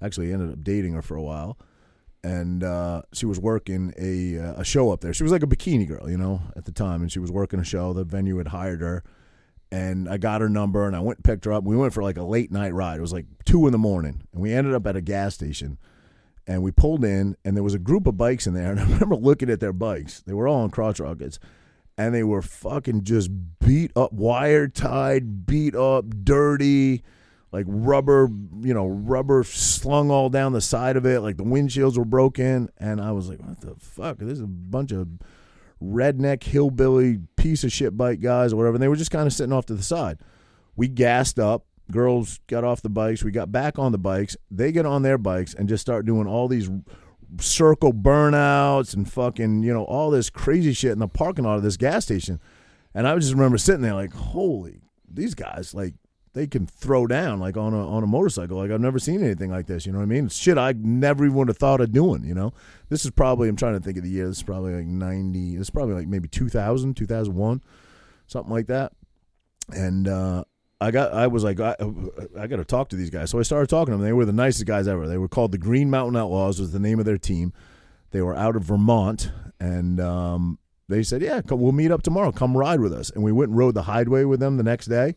I actually ended up dating her for a while and uh, she was working a uh, a show up there. She was like a bikini girl, you know, at the time, and she was working a show. The venue had hired her, and I got her number, and I went and picked her up. We went for like a late night ride. It was like two in the morning, and we ended up at a gas station, and we pulled in, and there was a group of bikes in there, and I remember looking at their bikes. They were all on crotch rockets. And they were fucking just beat up, wire tied, beat up, dirty like rubber, you know, rubber slung all down the side of it. Like the windshields were broken, and I was like, "What the fuck? This is a bunch of redneck hillbilly piece of shit bike guys or whatever." And they were just kind of sitting off to the side. We gassed up. Girls got off the bikes. We got back on the bikes. They get on their bikes and just start doing all these circle burnouts and fucking, you know, all this crazy shit in the parking lot of this gas station. And I just remember sitting there like, holy, these guys, like, they can throw down like on a on a motorcycle. Like I've never seen anything like this. You know what I mean? Shit, I never even would have thought of doing. You know, this is probably I'm trying to think of the year. This is probably like ninety. This is probably like maybe 2000, 2001, something like that. And uh, I got I was like I, I got to talk to these guys. So I started talking to them. They were the nicest guys ever. They were called the Green Mountain Outlaws was the name of their team. They were out of Vermont and. Um, they said, "Yeah, come, we'll meet up tomorrow. Come ride with us." And we went and rode the highway with them the next day.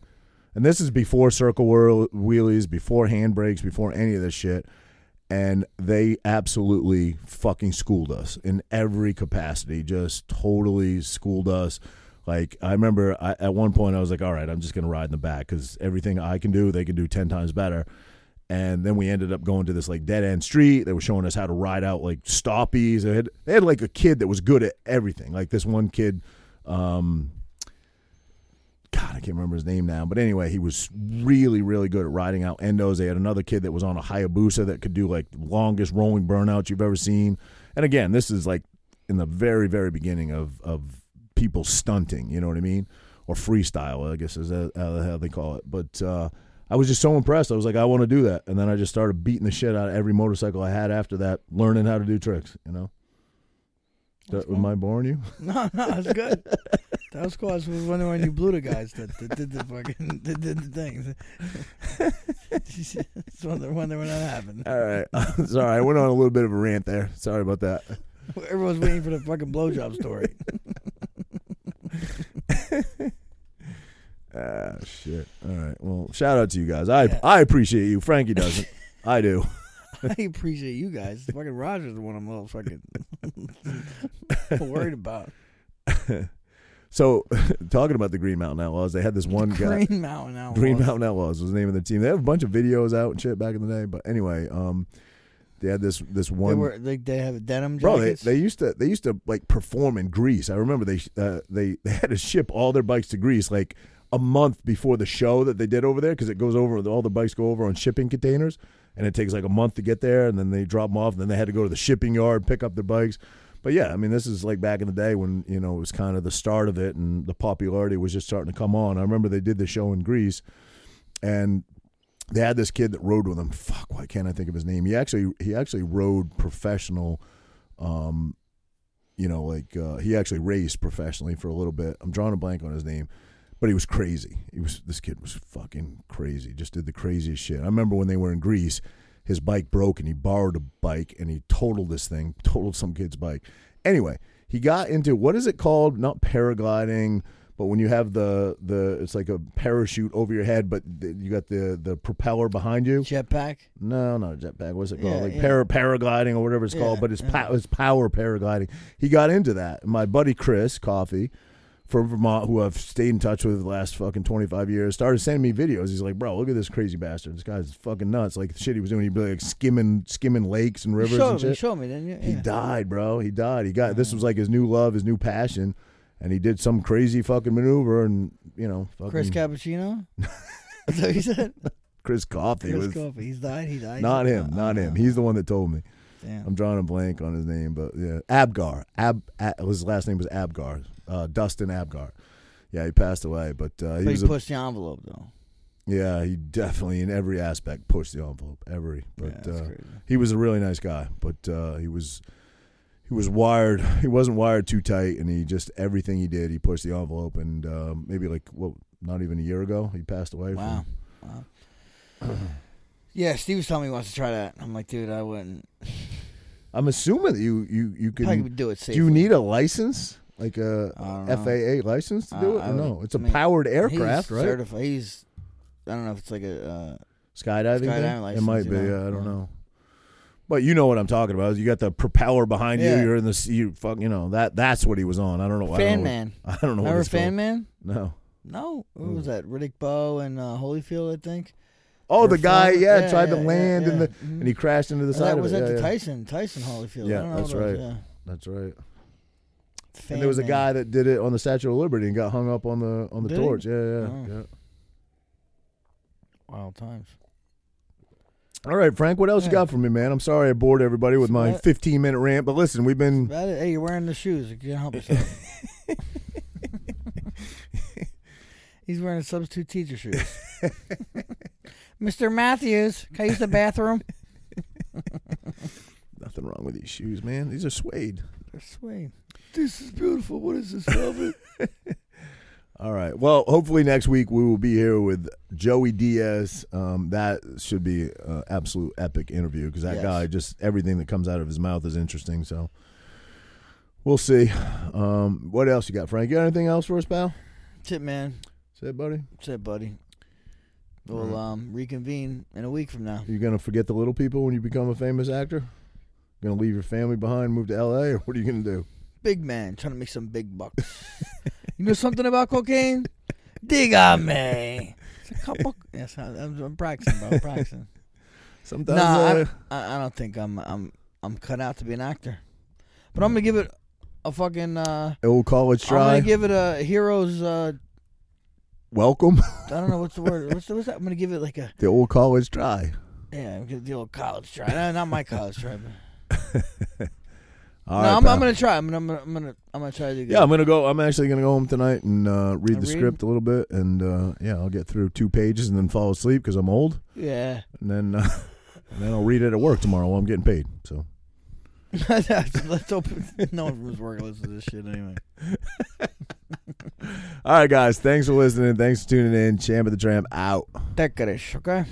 And this is before circle whirl- wheelies, before handbrakes, before any of this shit. And they absolutely fucking schooled us in every capacity, just totally schooled us. Like, I remember I, at one point I was like, all right, I'm just going to ride in the back because everything I can do, they can do 10 times better. And then we ended up going to this like dead end street. They were showing us how to ride out like stoppies. They had, they had like a kid that was good at everything. Like this one kid, um, God, I can't remember his name now, but anyway, he was really, really good at riding out endos. They had another kid that was on a Hayabusa that could do like longest rolling burnouts you've ever seen. And again, this is like in the very, very beginning of of people stunting. You know what I mean? Or freestyle, I guess is that- uh, how they call it. But uh, I was just so impressed. I was like, I want to do that. And then I just started beating the shit out of every motorcycle I had after that, learning how to do tricks. You know. That- am I boring you? No, no, it's good. that was cool. I was wondering when you blew the guys that, that did the fucking that did the things. Just wondering wondering when that happened. All right. Sorry, I went on a little bit of a rant there. Sorry about that. Everyone's waiting for the fucking blowjob story. Ah, shit. All right. Well, shout out to you guys. I Yeah. I appreciate you. Frankie doesn't. I do. I appreciate you guys. Fucking Roger's the one I'm a little fucking worried about. So, talking about the Green Mountain Outlaws, they had this one guy. Green Mountain Outlaws. Green Mountain Outlaws was the name of the team. They have a bunch of videos out and shit back in the day. But anyway, um, they had this this They one. were they, they have denim Bro, they, jackets. they used to they used to like perform in Greece. I remember they uh, they they had to ship all their bikes to Greece like a month before the show that they did over there because it goes over all the bikes go over on shipping containers and it takes like a month to get there and then they drop them off and then they had to go to the shipping yard pick up their bikes. But yeah, I mean this is like back in the day when you know it was kind of the start of it and the popularity was just starting to come on. I remember they did the show in Greece and they had this kid that rode with them. Fuck, why can't I think of his name? He actually he actually rode professional um, you know, like uh, he actually raced professionally for a little bit. I'm drawing a blank on his name, but he was crazy. He was this kid was fucking crazy. Just did the craziest shit. I remember when they were in Greece, his bike broke and he borrowed a bike and he totaled this thing, totaled some kid's bike. Anyway, he got into what is it called? Not paragliding. But when you have the, the it's like a parachute over your head, but th- you got the, the propeller behind you. jetpack. No, not a jetpack. What's it called? Yeah, like yeah. para paragliding or whatever it's called. Yeah, But it's yeah. pow- it's power paragliding. He got into that. My buddy Chris Coffee from Vermont, who I've stayed in touch with the last fucking twenty five years, started sending me videos. He's like, "Bro, look at this crazy bastard. This guy's fucking nuts. Like the shit he was doing. He'd be like skimming skimming lakes and rivers you showed and me, you shit. showed me, didn't you? He Yeah. died, bro. He died. He got this was like his new love, his new passion." And he did some crazy fucking maneuver, and you know, fucking Chris Cappuccino. That's what you said. Chris Coffee Chris Uh, was Coffey. He's died. He died. not him, not him. He's the one that told me. Damn. I'm drawing a blank on his name, but yeah, Abgar. Ab, Ab- his last name was Abgar. Uh, Dustin Abgar. Yeah, he passed away, but uh, he but was he a pushed the envelope though. yeah, he definitely in every aspect pushed the envelope, every. But yeah, that's uh, crazy. he was a really nice guy, but uh, he was he was wired. He wasn't wired too tight, and he just everything he did, he pushed the envelope. And uh, maybe like well, not even a year ago, he passed away. Wow. wow. yeah, Steve was telling me he wants to try that. I'm like, dude, I wouldn't. From, I'm assuming that you you you Probably can. would do it Do safely. you need a license, like a I don't know. FAA license to do it? Uh, I Or would- no, it's I a mean, powered aircraft, he's right? Certified. He's. I don't know if it's like a. Uh, skydiving, thing? Skydiving license, it might you be. know, yeah, I don't yeah. know. But you know what I'm talking about. You got the propeller behind Yeah. you. You're in the sea- you fuck. You know that that's what he was on. I don't know. I don't Fan know what- Man. I don't know. what Remember it's Fan called. Hmm. Man? No. No, who was that? Riddick Bowe and uh, Holyfield, I think. Oh, Or the guy. Fallon? Yeah, Yeah, tried to yeah, yeah, land yeah. and the Mhm. and he crashed into the And side that of was it. that yeah, the yeah. Tyson Tyson Holyfield. Yeah, I don't know that's about- right. yeah. That's right. Fan And there was a Man. guy that did it on the Statue of Liberty and got hung up on the on the Did he? torch. Yeah, yeah, Oh. yeah. Wild times. All right, Frank. What else you Yeah. got for me, man? I'm sorry I bored everybody with my What? 15 minute rant, but listen, we've been That is- hey, you're wearing the shoes. You can't help yourself. He's wearing substitute teacher shoes. Mr. Matthews, can I use the bathroom? nothing wrong with these shoes, man. These are suede. They're suede. This is beautiful. What is this velvet? All right. Well, hopefully next week we will be here with Joey Diaz. Um, that should be an absolute epic interview because that Yes. guy just everything that comes out of his mouth is interesting. So we'll see. Um, what else you got, Frank? You got anything else for us, pal? That's it, man. Say, buddy. That's it, buddy. We'll um, reconvene in a week from now. Are you gonna forget the little people when you become a famous actor? Gonna leave your family behind, move to L.A., or what are you gonna do? Big man trying to make some big bucks. you know something about cocaine? Dig on me. It's a couple. Yes, I, I'm, I'm practicing, bro. I'm practicing. Sometimes. No, uh, I, I, I don't think I'm I'm I'm cut out to be an actor. But I'm gonna give it a fucking. Uh, Old college I'm try. gonna give it a hero's. Uh, Welcome I don't know what's the word. What's, the, what's that? I'm gonna give it like a the old college try. yeah. I'm gonna the old college try. Not, not my college try. But. All No, right, I'm, pal. I'm gonna try. I'm gonna I'm gonna I'm gonna, I'm gonna try to do good. Yeah, I'm gonna go. I'm actually gonna go home tonight and uh, read Uh, the read? script a little bit, and uh, yeah, I'll get through two pages and then fall asleep because I'm old, yeah. and then uh, and then I'll read it at work tomorrow while I'm getting paid. So Let's open. No one was working. Listen to this shit anyway. all right, guys, thanks for listening. Thanks for tuning in. Champ of the Tramp out. Take a risk, okay.